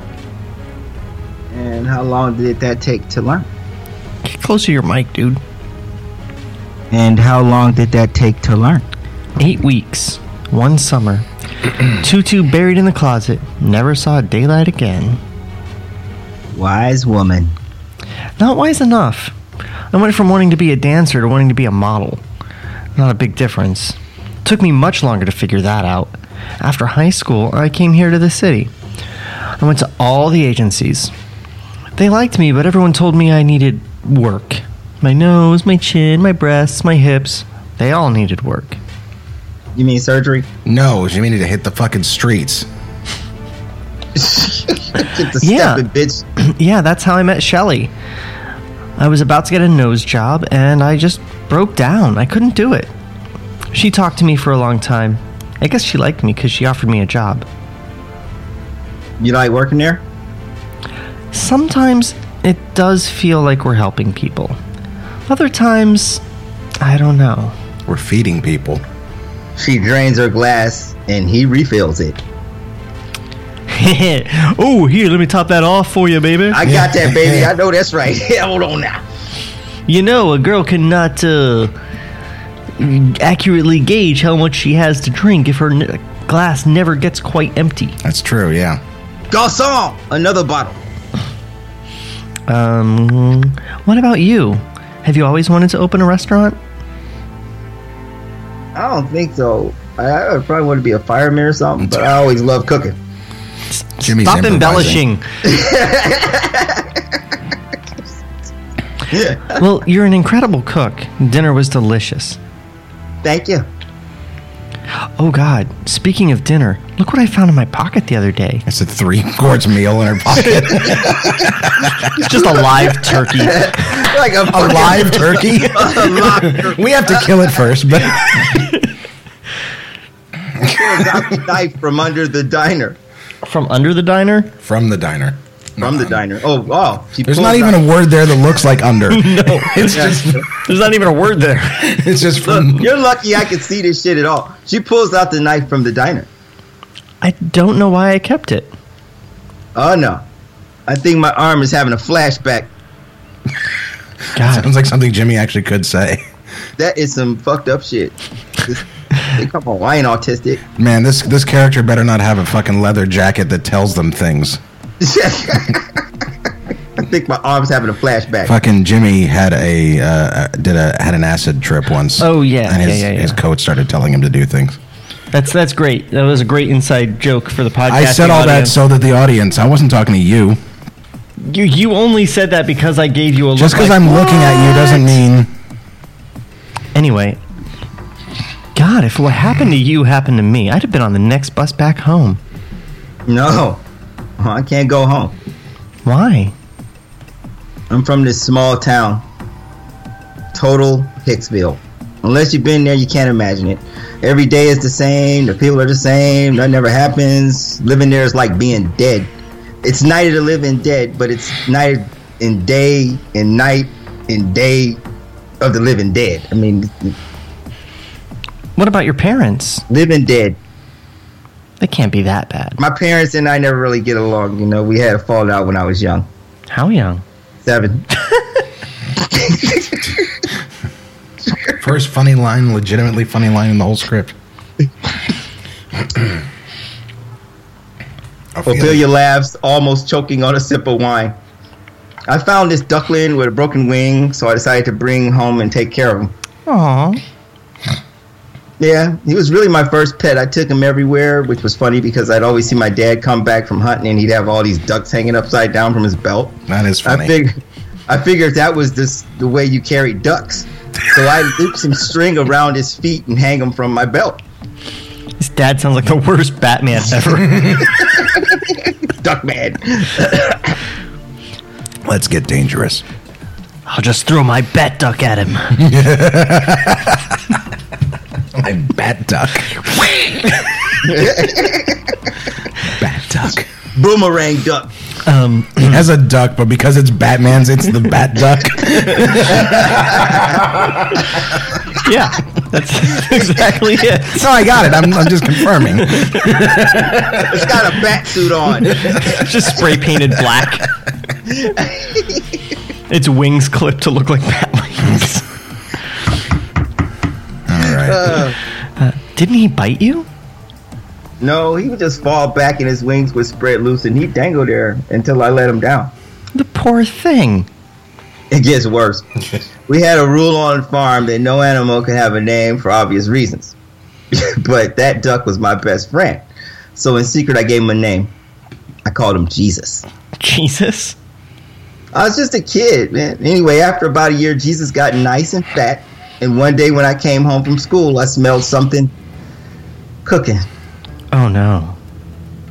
Speaker 5: And how long did that take to learn?
Speaker 4: Get close to your mic, dude.
Speaker 5: And how long did that take to learn?
Speaker 4: Eight weeks, one summer. Tutu buried in the closet, never saw daylight again.
Speaker 5: Wise woman.
Speaker 4: Not wise enough. I went from wanting to be a dancer to wanting to be a model. Not a big difference. Took me much longer to figure that out. After high school, I came here to the city. I went to all the agencies. They liked me, but everyone told me I needed work. My nose, my chin, my breasts, my hips, they all needed work.
Speaker 5: You mean surgery?
Speaker 6: No, you mean to hit the fucking streets.
Speaker 5: Get the
Speaker 4: Yeah.
Speaker 5: stepping bitch.
Speaker 4: yeah, that's how I met Shelly. I was about to get a nose job and I just broke down. I couldn't do it. She talked to me for a long time. I guess she liked me because she offered me a job.
Speaker 5: You like working there?
Speaker 4: Sometimes it does feel like we're helping people. Other times, I don't know.
Speaker 6: We're feeding people.
Speaker 5: She drains her glass and he refills it.
Speaker 4: oh, here, let me top that off for you, baby.
Speaker 5: I got that, baby. I know that's right. Yeah, hold on now.
Speaker 4: You know, a girl cannot uh, accurately gauge how much she has to drink if her n- glass never gets quite empty.
Speaker 6: That's true, yeah.
Speaker 5: Garçon, another bottle.
Speaker 4: Um, what about you? Have you always wanted to open a restaurant?
Speaker 5: I don't think so. I, I probably want to be a fireman or something, but I always love cooking.
Speaker 6: Jimmy's
Speaker 4: Stop
Speaker 6: improvising.
Speaker 4: embellishing. well, you're an incredible cook. Dinner was delicious.
Speaker 5: Thank you.
Speaker 4: Oh God! Speaking of dinner, look what I found in my pocket the other day.
Speaker 6: It's a three course meal in her pocket.
Speaker 4: It's just a live turkey.
Speaker 5: Like a,
Speaker 6: a live turkey. we have to kill it first, but
Speaker 5: fucking knife from under the diner.
Speaker 4: From under the diner?
Speaker 6: from the diner.
Speaker 5: From the diner. Oh, wow. She
Speaker 6: There's
Speaker 5: pulled
Speaker 6: not even
Speaker 5: out-
Speaker 6: a word there that looks like under.
Speaker 4: No,
Speaker 6: It's just
Speaker 4: there's not even a word there.
Speaker 6: it's just from
Speaker 5: You're lucky I can see this shit at all. She pulls out the knife from the diner.
Speaker 4: I don't know why I kept it.
Speaker 5: Oh no. I think my arm is having a flashback.
Speaker 4: God,
Speaker 6: sounds like something Jimmy actually could say.
Speaker 5: That is some fucked up shit. This- Hey, Come on, I ain't autistic.
Speaker 6: Man, this this character better not have a fucking leather jacket that tells them things.
Speaker 5: I think my arm's having a flashback.
Speaker 6: Fucking Jimmy had a uh, did a had an acid trip once.
Speaker 4: Oh, yeah,
Speaker 6: and his,
Speaker 4: yeah, yeah, yeah.
Speaker 6: his coach started telling him to do things.
Speaker 4: that's that's great. That was a great inside joke for the podcast.
Speaker 6: I said all that so that the audience. I wasn't talking to you.
Speaker 4: You, you only said that because I gave you a look.
Speaker 6: Just because
Speaker 4: like-
Speaker 6: I'm looking at you doesn't mean.
Speaker 4: Anyway, God, if what happened to you happened to me, I'd have been on the next bus back home.
Speaker 5: No. Uh-huh, I can't go home.
Speaker 4: Why?
Speaker 5: I'm from this small town. Total Hicksville. Unless you've been there, you can't imagine it. Every day is the same. The people are the same. That never happens. Living there is like being dead. It's night of the living dead, but it's night and day and night and day of the living dead. I mean,
Speaker 4: What about your parents?
Speaker 5: living dead.
Speaker 4: They can't be that bad.
Speaker 5: My parents and I never really get along. You know, we had a fallout when I was young.
Speaker 4: How young?
Speaker 5: Seven.
Speaker 6: First funny line, legitimately funny line in the whole script.
Speaker 5: Ophelia laughs, almost choking on a sip of wine. I found this duckling with a broken wing, so I decided to bring him home and take care of him.
Speaker 4: Aw.
Speaker 5: Yeah, he was really my first pet. I took him everywhere, which was funny because I'd always see my dad come back from hunting and he'd have all these ducks hanging upside down from his belt.
Speaker 6: That is funny.
Speaker 5: I figured, I figured that was this the way you carry ducks. So I looped some string around his feet and hang him from my belt.
Speaker 4: His dad sounds like the worst Batman ever.
Speaker 5: Duck man.
Speaker 6: Let's get dangerous.
Speaker 4: I'll just throw my bat duck at him.
Speaker 6: My bat duck. bat duck.
Speaker 5: Boomerang duck.
Speaker 4: Um,
Speaker 6: As a duck, but because it's Batman's, it's the bat duck.
Speaker 4: yeah, that's exactly it.
Speaker 6: no, I got it. I'm, I'm just confirming.
Speaker 5: It's got a bat suit on.
Speaker 4: just spray painted black. its wings clipped to look like bat wings.
Speaker 6: All right.
Speaker 4: Uh, Didn't he bite you?
Speaker 5: No, he would just fall back and his wings would spread loose and he'd dangle there until I let him down.
Speaker 4: The poor thing.
Speaker 5: It gets worse. we had a rule on farm that no animal could have a name for obvious reasons. but that duck was my best friend. So in secret, I gave him a name. I called him Jesus.
Speaker 4: Jesus.
Speaker 5: I was just a kid, man. Anyway, after about a year, Jesus got nice and fat. And one day when I came home from school, I smelled something cooking.
Speaker 4: Oh no.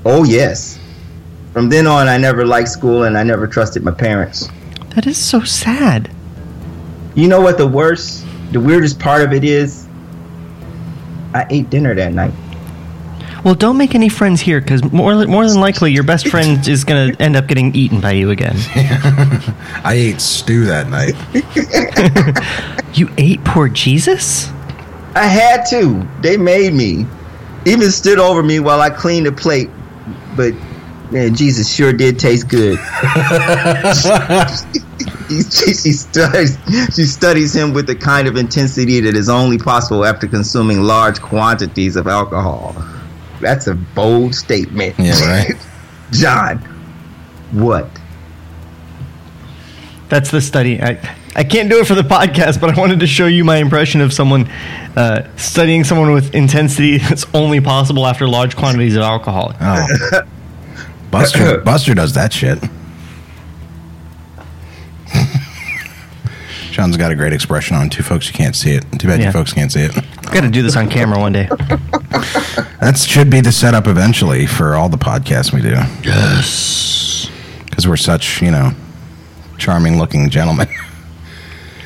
Speaker 5: Oh, yes. From then on, I never liked school and I never trusted my parents.
Speaker 4: That is so sad.
Speaker 5: You know what the worst, the weirdest part of it is? I ate dinner that night.
Speaker 4: Well, don't make any friends here because more, more than likely your best friend is going to end up getting eaten by you again.
Speaker 6: I ate stew that night.
Speaker 4: You ate poor Jesus?
Speaker 5: I had to. They made me. Even stood over me while I cleaned the plate. But man, Jesus sure did taste good. she, she studies, she studies him with the kind of intensity that is only possible after consuming large quantities of alcohol. That's a bold statement.
Speaker 6: Yeah, right.
Speaker 5: John, what?
Speaker 4: That's the study. I, I can't do it for the podcast, but I wanted to show you my impression of someone uh, studying someone with intensity that's only possible after large quantities of alcohol.
Speaker 6: Oh. Buster Buster does that shit. Sean's got a great expression on. Two folks, you can't see it. Too bad
Speaker 4: Yeah.
Speaker 6: you folks can't see it.
Speaker 4: Got to do this on camera one day.
Speaker 6: That should be the setup eventually for all the podcasts we do. Yes. Because we're such, you know, charming looking gentlemen.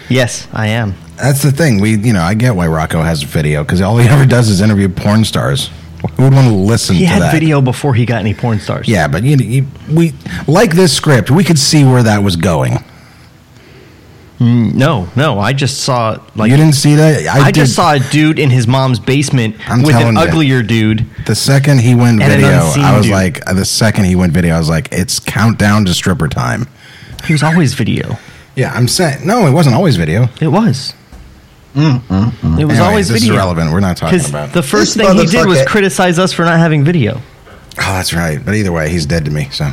Speaker 4: Yes, I am.
Speaker 6: That's the thing. We, you know, I get why Rocco has a video because all he ever does is interview porn stars. Who would want to listen
Speaker 4: He
Speaker 6: to
Speaker 4: had
Speaker 6: that?
Speaker 4: video before he got any porn stars.
Speaker 6: Yeah, but you, you, we like this script. We could see where that was going.
Speaker 4: No, no, I just saw like
Speaker 6: you didn't see that.
Speaker 4: I,
Speaker 6: did.
Speaker 4: just saw a dude in his mom's basement
Speaker 6: I'm
Speaker 4: with
Speaker 6: telling
Speaker 4: an
Speaker 6: you.
Speaker 4: uglier dude.
Speaker 6: The second he went
Speaker 4: And an
Speaker 6: video,
Speaker 4: unseen
Speaker 6: I was
Speaker 4: dude.
Speaker 6: like, the second he went video, I was like, it's countdown to stripper time.
Speaker 4: He was always video.
Speaker 6: Yeah, I'm saying, no, it wasn't always video. It
Speaker 4: It was.
Speaker 6: Mm,
Speaker 4: It was always
Speaker 6: this
Speaker 4: video.
Speaker 6: is irrelevant. We're not talking
Speaker 4: Because
Speaker 6: about.
Speaker 4: the first
Speaker 5: This
Speaker 4: thing he did was
Speaker 5: motherfucker-
Speaker 4: criticize us for not having video.
Speaker 6: oh, that's right. But either way, he's dead to me. So.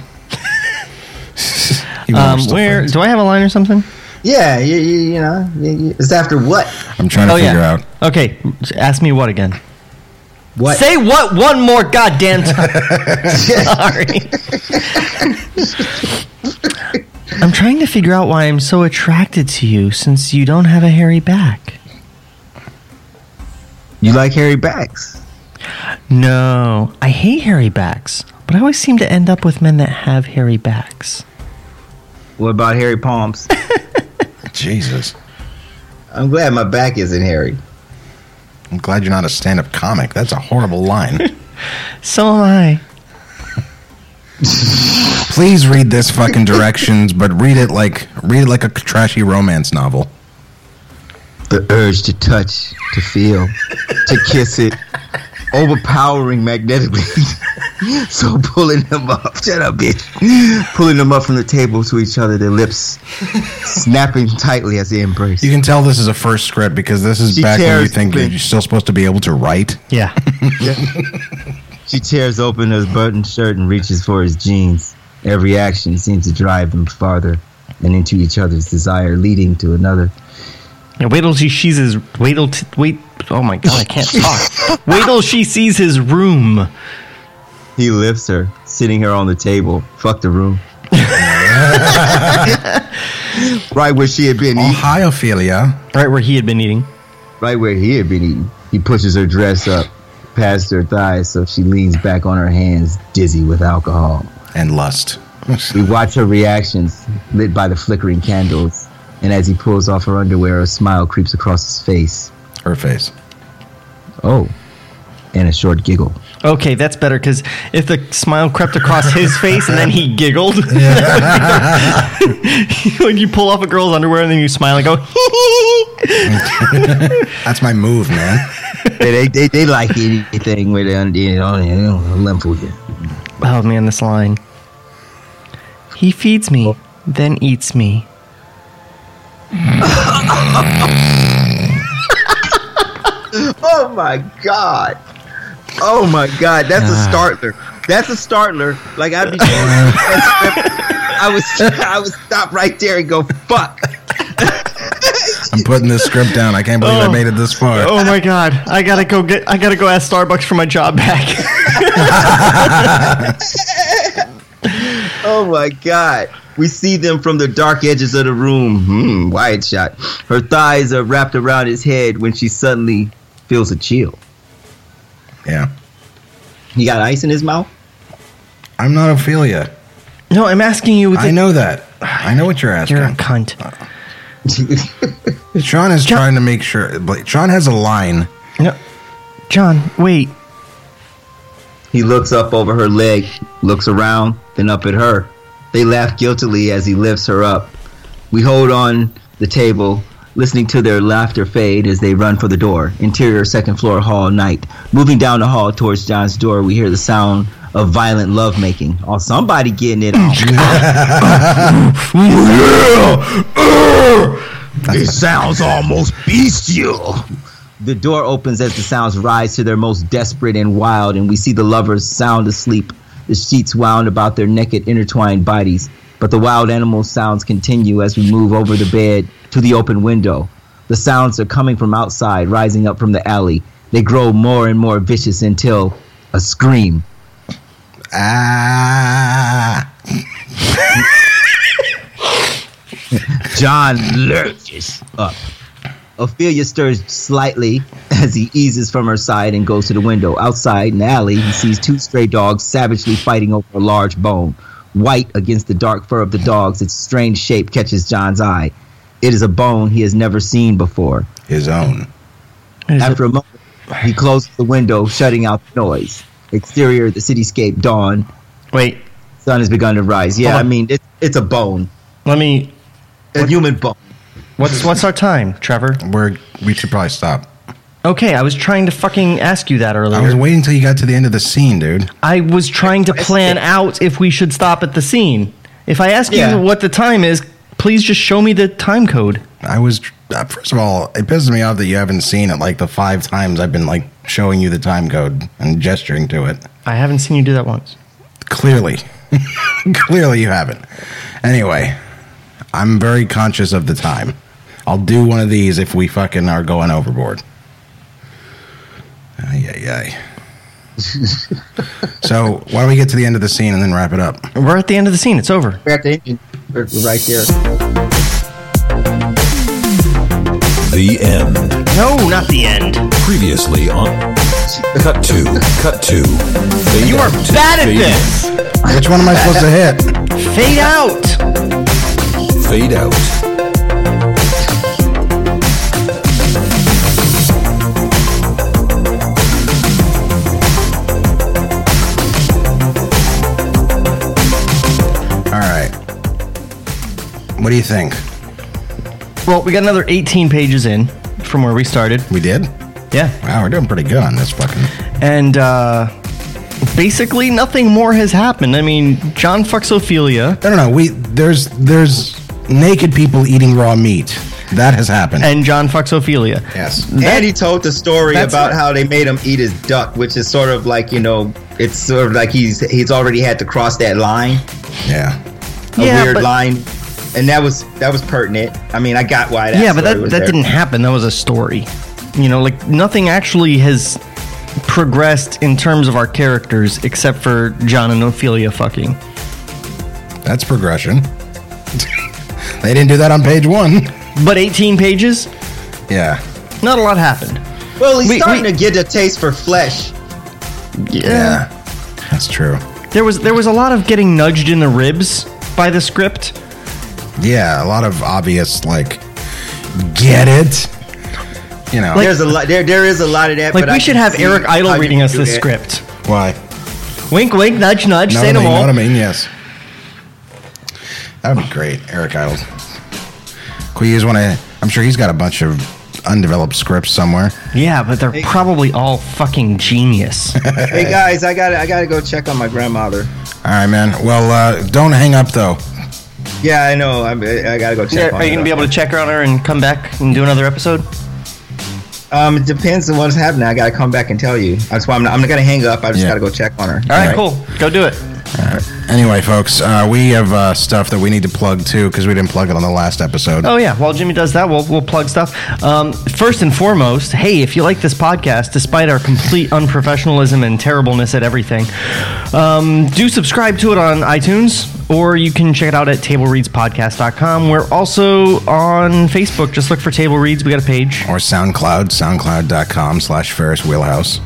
Speaker 6: Even though we're
Speaker 4: Um,
Speaker 6: still
Speaker 4: where
Speaker 6: friends.
Speaker 4: do I have a line or something?
Speaker 5: Yeah, you, you, you know, you- you- it's after what?
Speaker 6: I'm trying to figure out.
Speaker 4: Oh, Okay, ask me what again?
Speaker 5: What?
Speaker 4: Say what one more goddamn time. Sorry. I'm trying to figure out why I'm so attracted to you since you don't have a hairy back.
Speaker 5: You like Harry Backs?
Speaker 4: No, I hate hairy backs, but I always seem to end up with men that have hairy backs.
Speaker 5: What about Harry Palms?
Speaker 6: Jesus,
Speaker 5: I'm glad my back isn't hairy.
Speaker 6: I'm glad you're not a stand-up comic. That's a horrible line.
Speaker 4: So am I.
Speaker 6: Please read this fucking directions, but read it like read it like a trashy romance novel.
Speaker 5: The urge to touch, to feel, to kiss it, overpowering magnetically. so pulling them up, shut up, bitch. Pulling them up from the table to each other, their lips snapping tightly as they embrace.
Speaker 6: You can tell this is a first script because this is
Speaker 5: She
Speaker 6: back when you
Speaker 5: tears
Speaker 6: think
Speaker 5: the-
Speaker 6: you're still supposed to be able to write.
Speaker 4: Yeah.
Speaker 5: She tears open his buttoned shirt and reaches for his jeans. Every action seems to drive them farther and into each other's desire, leading to another.
Speaker 4: Yeah, wait till she sees his. Wait till. T- wait. Oh my god, I can't talk. wait till she sees his room.
Speaker 5: He lifts her, sitting her on the table. Fuck the room. right where she had been eating.
Speaker 6: Ohiophilia.
Speaker 4: Right where he had been eating.
Speaker 5: Right where he had been eating. He pushes her dress up past her thighs so she leans back on her hands, dizzy with alcohol.
Speaker 6: and lust.
Speaker 5: We watch her reactions, lit by the flickering candles. And as he pulls off her underwear, a smile creeps across his face.
Speaker 6: Her face.
Speaker 5: Oh, and a short giggle.
Speaker 4: Okay, that's better because if the smile crept across his face and then he giggled, that would be- when you pull off a girl's underwear and then you smile and go,
Speaker 6: That's my move, man.
Speaker 5: they, they, they like anything with the under, you know, they don't limp with it.
Speaker 4: oh man, this line. He feeds me, then eats me.
Speaker 5: Oh my god. Oh my god. That's a startler. That's a startler. Like I'd be I'd I was I would stop right there and go fuck.
Speaker 6: I'm putting this script down. I can't believe I made it this far.
Speaker 4: Oh my god, I gotta go get. I gotta go ask Starbucks for my job back.
Speaker 5: Oh my god. We see them from the dark edges of the room. Hmm, wide shot. Her thighs are wrapped around his head when she suddenly feels a chill.
Speaker 6: Yeah.
Speaker 5: He got ice in his mouth?
Speaker 6: I'm not Ophelia.
Speaker 4: no, I'm asking you. With
Speaker 6: I
Speaker 4: the-
Speaker 6: know that. I know what you're asking.
Speaker 4: You're a cunt.
Speaker 6: Sean is trying to make sure. Like, Sean has a line.
Speaker 4: No, John, wait.
Speaker 5: He looks up over her leg, looks around, then up at her. They laugh guiltily as he lifts her up. We hold on the table, listening to their laughter fade as they run for the door. Interior second floor hall night. Moving down the hall towards John's door, we hear the sound of violent lovemaking. Oh, somebody getting it on. it sounds almost bestial. The door opens as the sounds rise to their most desperate and wild, and we see the lovers sound asleep, the sheets wound about their naked, intertwined bodies. But the wild animal sounds continue as we move over the bed to the open window. The sounds are coming from outside, rising up from the alley. They grow more and more vicious until a scream.
Speaker 6: Ah.
Speaker 5: John lurches up. Ophelia stirs slightly as he eases from her side and goes to the window. Outside in the alley, he sees two stray dogs savagely fighting over a large bone. White against the dark fur of the dogs, its strange shape catches John's eye. It is a bone he has never seen before.
Speaker 6: His own.
Speaker 5: After a moment, he closes the window, shutting out the noise. Exterior, the cityscape dawn.
Speaker 4: Wait,
Speaker 5: Sun has begun to rise. Yeah,
Speaker 4: Hold
Speaker 5: I
Speaker 4: on.
Speaker 5: mean, it, it's a bone,
Speaker 4: let me.
Speaker 5: a human bone.
Speaker 4: What's what's our time, Trevor?
Speaker 6: We're, we should probably stop.
Speaker 4: Okay, I was trying to fucking ask you that earlier.
Speaker 6: I was waiting until you got to the end of the scene, dude.
Speaker 4: trying to plan out if we should stop at the scene. If I ask
Speaker 5: Yeah.
Speaker 4: you what the time is, please just show me the time code.
Speaker 6: I was uh, first of all, it pisses me off that you haven't seen it like the five times I've been like showing you the time code and gesturing to it.
Speaker 4: I haven't seen you do that once.
Speaker 6: Clearly, clearly you haven't. Anyway, I'm very conscious of the time. I'll do one of these if we fucking are going overboard. Ay, ay, ay. so why don't we get to the end of the scene and then wrap it up?
Speaker 4: We're at the end of the scene. It's over.
Speaker 5: We're at the engine. We're we're right there.
Speaker 3: The end.
Speaker 4: No, not the end.
Speaker 3: Previously on Cut 2, Cut 2. you are
Speaker 4: Bad at this.
Speaker 6: Which one am I supposed to hit?
Speaker 4: Fade out.
Speaker 3: Fade out.
Speaker 6: All right. What do you think?
Speaker 4: Well, we got another 18 pages in from where we started.
Speaker 6: We did?
Speaker 4: Yeah.
Speaker 6: Wow, we're doing pretty good on this fucking.
Speaker 4: and uh, basically nothing more has happened. I mean, John fucks Ophelia,
Speaker 6: No, no, no. We there's there's naked people eating raw meat. That has happened.
Speaker 4: and John fucks Ophelia.
Speaker 6: yes.
Speaker 5: and he told the story
Speaker 4: That's
Speaker 5: about
Speaker 4: right.
Speaker 5: how they made him eat his duck, which is sort of like you know, it's sort of like he's he's already had to cross that line,
Speaker 6: Yeah.
Speaker 5: a
Speaker 4: Yeah,
Speaker 5: weird
Speaker 4: but-
Speaker 5: line, and that was that was pertinent. I mean, I got why that.
Speaker 4: yeah, but
Speaker 5: story
Speaker 4: that that
Speaker 5: was there.
Speaker 4: didn't happen. That was a story. You know, like nothing actually has progressed in terms of our characters except for John and Ophelia fucking.
Speaker 6: That's progression. they didn't do that on page one.
Speaker 4: But 18 pages,
Speaker 6: Yeah.
Speaker 4: not a lot happened.
Speaker 5: Well, he's
Speaker 4: We-
Speaker 5: starting
Speaker 4: we-
Speaker 5: to get a taste for flesh.
Speaker 6: Yeah. That's true.
Speaker 4: There was there was a lot of getting nudged in the ribs by the script.
Speaker 6: Yeah, a lot of obvious like get it. You know
Speaker 5: There's a lot. There, there is a lot of that.
Speaker 4: Like
Speaker 5: but I
Speaker 4: we should
Speaker 5: can
Speaker 4: have
Speaker 5: see
Speaker 4: Eric Idle
Speaker 5: how you
Speaker 4: reading us
Speaker 5: do
Speaker 4: this
Speaker 5: that.
Speaker 4: script.
Speaker 6: why.
Speaker 4: Wink, wink, nudge, nudge.
Speaker 6: Know
Speaker 4: say
Speaker 6: what I
Speaker 4: them
Speaker 6: mean, know
Speaker 4: all.
Speaker 6: what I mean? Yes. That would be great, Eric Idle. Could you guys want to? I'm sure he's got a bunch of undeveloped scripts somewhere.
Speaker 4: Yeah, but they're probably all fucking genius.
Speaker 5: Hey guys, I got I got to go check on my grandmother.
Speaker 6: All right, man. Well, uh, don't hang up though.
Speaker 5: Yeah, I know. I'm, I got to go check. on
Speaker 4: Are you gonna
Speaker 5: her.
Speaker 4: be able to check her on her and come back and do another episode?
Speaker 5: Um, it depends on what's happening. I got to come back and tell you. That's why I'm not, I'm not gonna hang up. I just
Speaker 6: Yeah.
Speaker 5: got to go check on her.
Speaker 4: All right,
Speaker 6: Alright.
Speaker 4: cool. Go do it.
Speaker 6: All right. Anyway, folks, uh, we have uh, stuff that we need to plug too because we didn't plug it on the last episode.
Speaker 4: Oh yeah, while Jimmy does that, we'll we'll plug stuff. Um, first and foremost, hey, if you like this podcast, despite our complete unprofessionalism and terribleness at everything, um, do subscribe to it on iTunes, or you can check it out at TableReadsPodcast.com. We're also on Facebook. Just look for Table Reads. We got a page.
Speaker 6: Or SoundCloud, soundcloud.com slash Ferris Wheelhouse.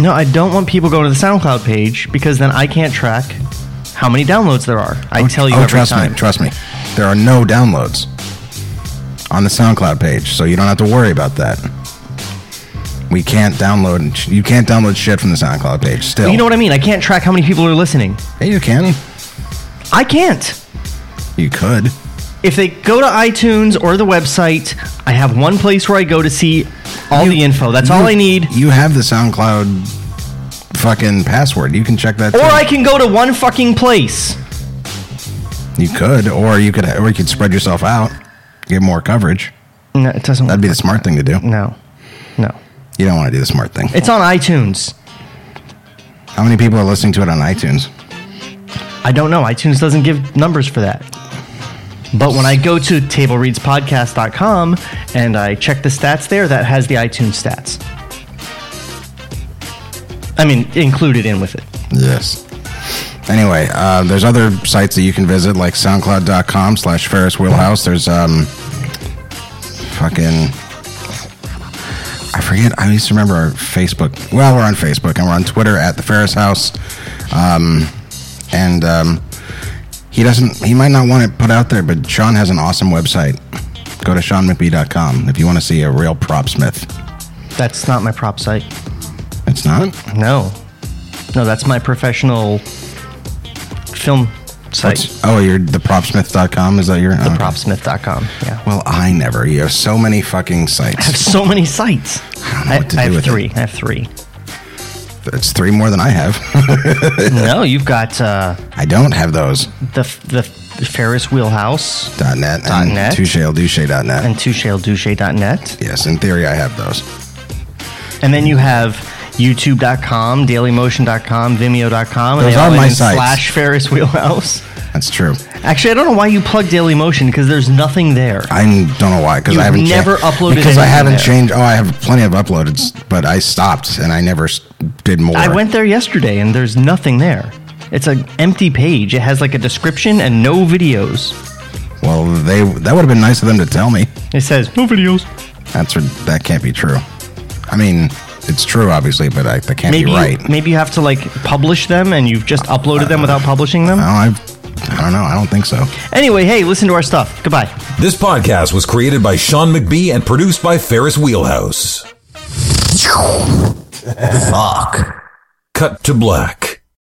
Speaker 4: No, I don't want people going to the SoundCloud page because then I can't track how many downloads there are. I tell you
Speaker 6: oh,
Speaker 4: every
Speaker 6: trust
Speaker 4: time.
Speaker 6: me, trust me. There are no downloads on the SoundCloud page, so you don't have to worry about that. We can't download. You can't download shit from the SoundCloud page. Still,
Speaker 4: You know what I mean? I can't track how many people are listening.
Speaker 6: Yeah, you can.
Speaker 4: I can't.
Speaker 6: You could.
Speaker 4: if they go to iTunes or the website, I have one place where I go to see all the info. That's all I need.
Speaker 6: You have the SoundCloud fucking password. You can check that.
Speaker 4: Or
Speaker 6: too.
Speaker 4: I can go to one fucking place.
Speaker 6: You could, or you could, or you could spread yourself out, get more coverage.
Speaker 4: No, it doesn't.
Speaker 6: That'd be the smart thing to do.
Speaker 4: no, no.
Speaker 6: You don't want to do the smart thing.
Speaker 4: It's on iTunes.
Speaker 6: How many people are listening to it on iTunes?
Speaker 4: I don't know. iTunes doesn't give numbers for that. But when I go to tablereadspodcast.com and I check the stats there, that has the iTunes stats. I mean, included in with it.
Speaker 6: Yes. Anyway, uh, there's other sites that you can visit, like soundcloud.com slash Ferris Wheelhouse. There's, um, fucking, I forget, I used to remember our Facebook. Well, we're on Facebook and we're on Twitter at the Ferris House. Um, and, um, he doesn't, he might not want it put out there, but Sean has an awesome website. Go to seanmcbee.com if you want to see a real propsmith.
Speaker 4: That's not my prop site.
Speaker 6: It's not?
Speaker 4: No. No, that's my professional film site.
Speaker 6: What's- oh, you're the propsmith.com? Is that your? okay.
Speaker 4: Propsmith.com. Yeah.
Speaker 6: Well, I never. You have so many fucking sites.
Speaker 4: So many sites.
Speaker 6: don't know what to do
Speaker 4: have
Speaker 6: with it.
Speaker 4: three. I have three.
Speaker 6: It's three more than I have.
Speaker 4: no, you've got uh,
Speaker 6: I don't have those.
Speaker 4: the the Ferris Wheelhouse
Speaker 6: .net and
Speaker 4: .net.
Speaker 6: toucheldouche.net.
Speaker 4: and toucheldouche.net.
Speaker 6: yes, in theory, I have those.
Speaker 4: And then you have youtube.com, dailymotion.com, vimeo.com. And
Speaker 6: Those
Speaker 4: they
Speaker 6: are
Speaker 4: all end
Speaker 6: my
Speaker 4: in
Speaker 6: sites.
Speaker 4: Slash Ferris Wheelhouse.
Speaker 6: That's true.
Speaker 4: Actually, I don't know why you plug Dailymotion because there's nothing there.
Speaker 6: I don't know why because
Speaker 4: You've
Speaker 6: I haven't cha-
Speaker 4: never uploaded
Speaker 6: because I
Speaker 4: anything
Speaker 6: haven't
Speaker 4: there.
Speaker 6: changed. Oh, I have plenty of uploaded, but I stopped and I never s- did more.
Speaker 4: I went there yesterday and there's nothing there. It's an empty page. It has like a description and no videos.
Speaker 6: Well, they that would have been nice of them to tell me.
Speaker 4: It says no videos.
Speaker 6: That's rid- that can't be true. I mean, it's true, obviously, but I, that can't
Speaker 4: Maybe
Speaker 6: be right.
Speaker 4: maybe you have to like publish them and you've just uploaded them without publishing
Speaker 6: no,
Speaker 4: them.
Speaker 6: Oh, I've, I don't know. I don't think so.
Speaker 4: Anyway, hey, listen to our stuff. Goodbye.
Speaker 3: This podcast was created by Sean McBee and produced by Ferris Wheelhouse. Fuck. Cut to black.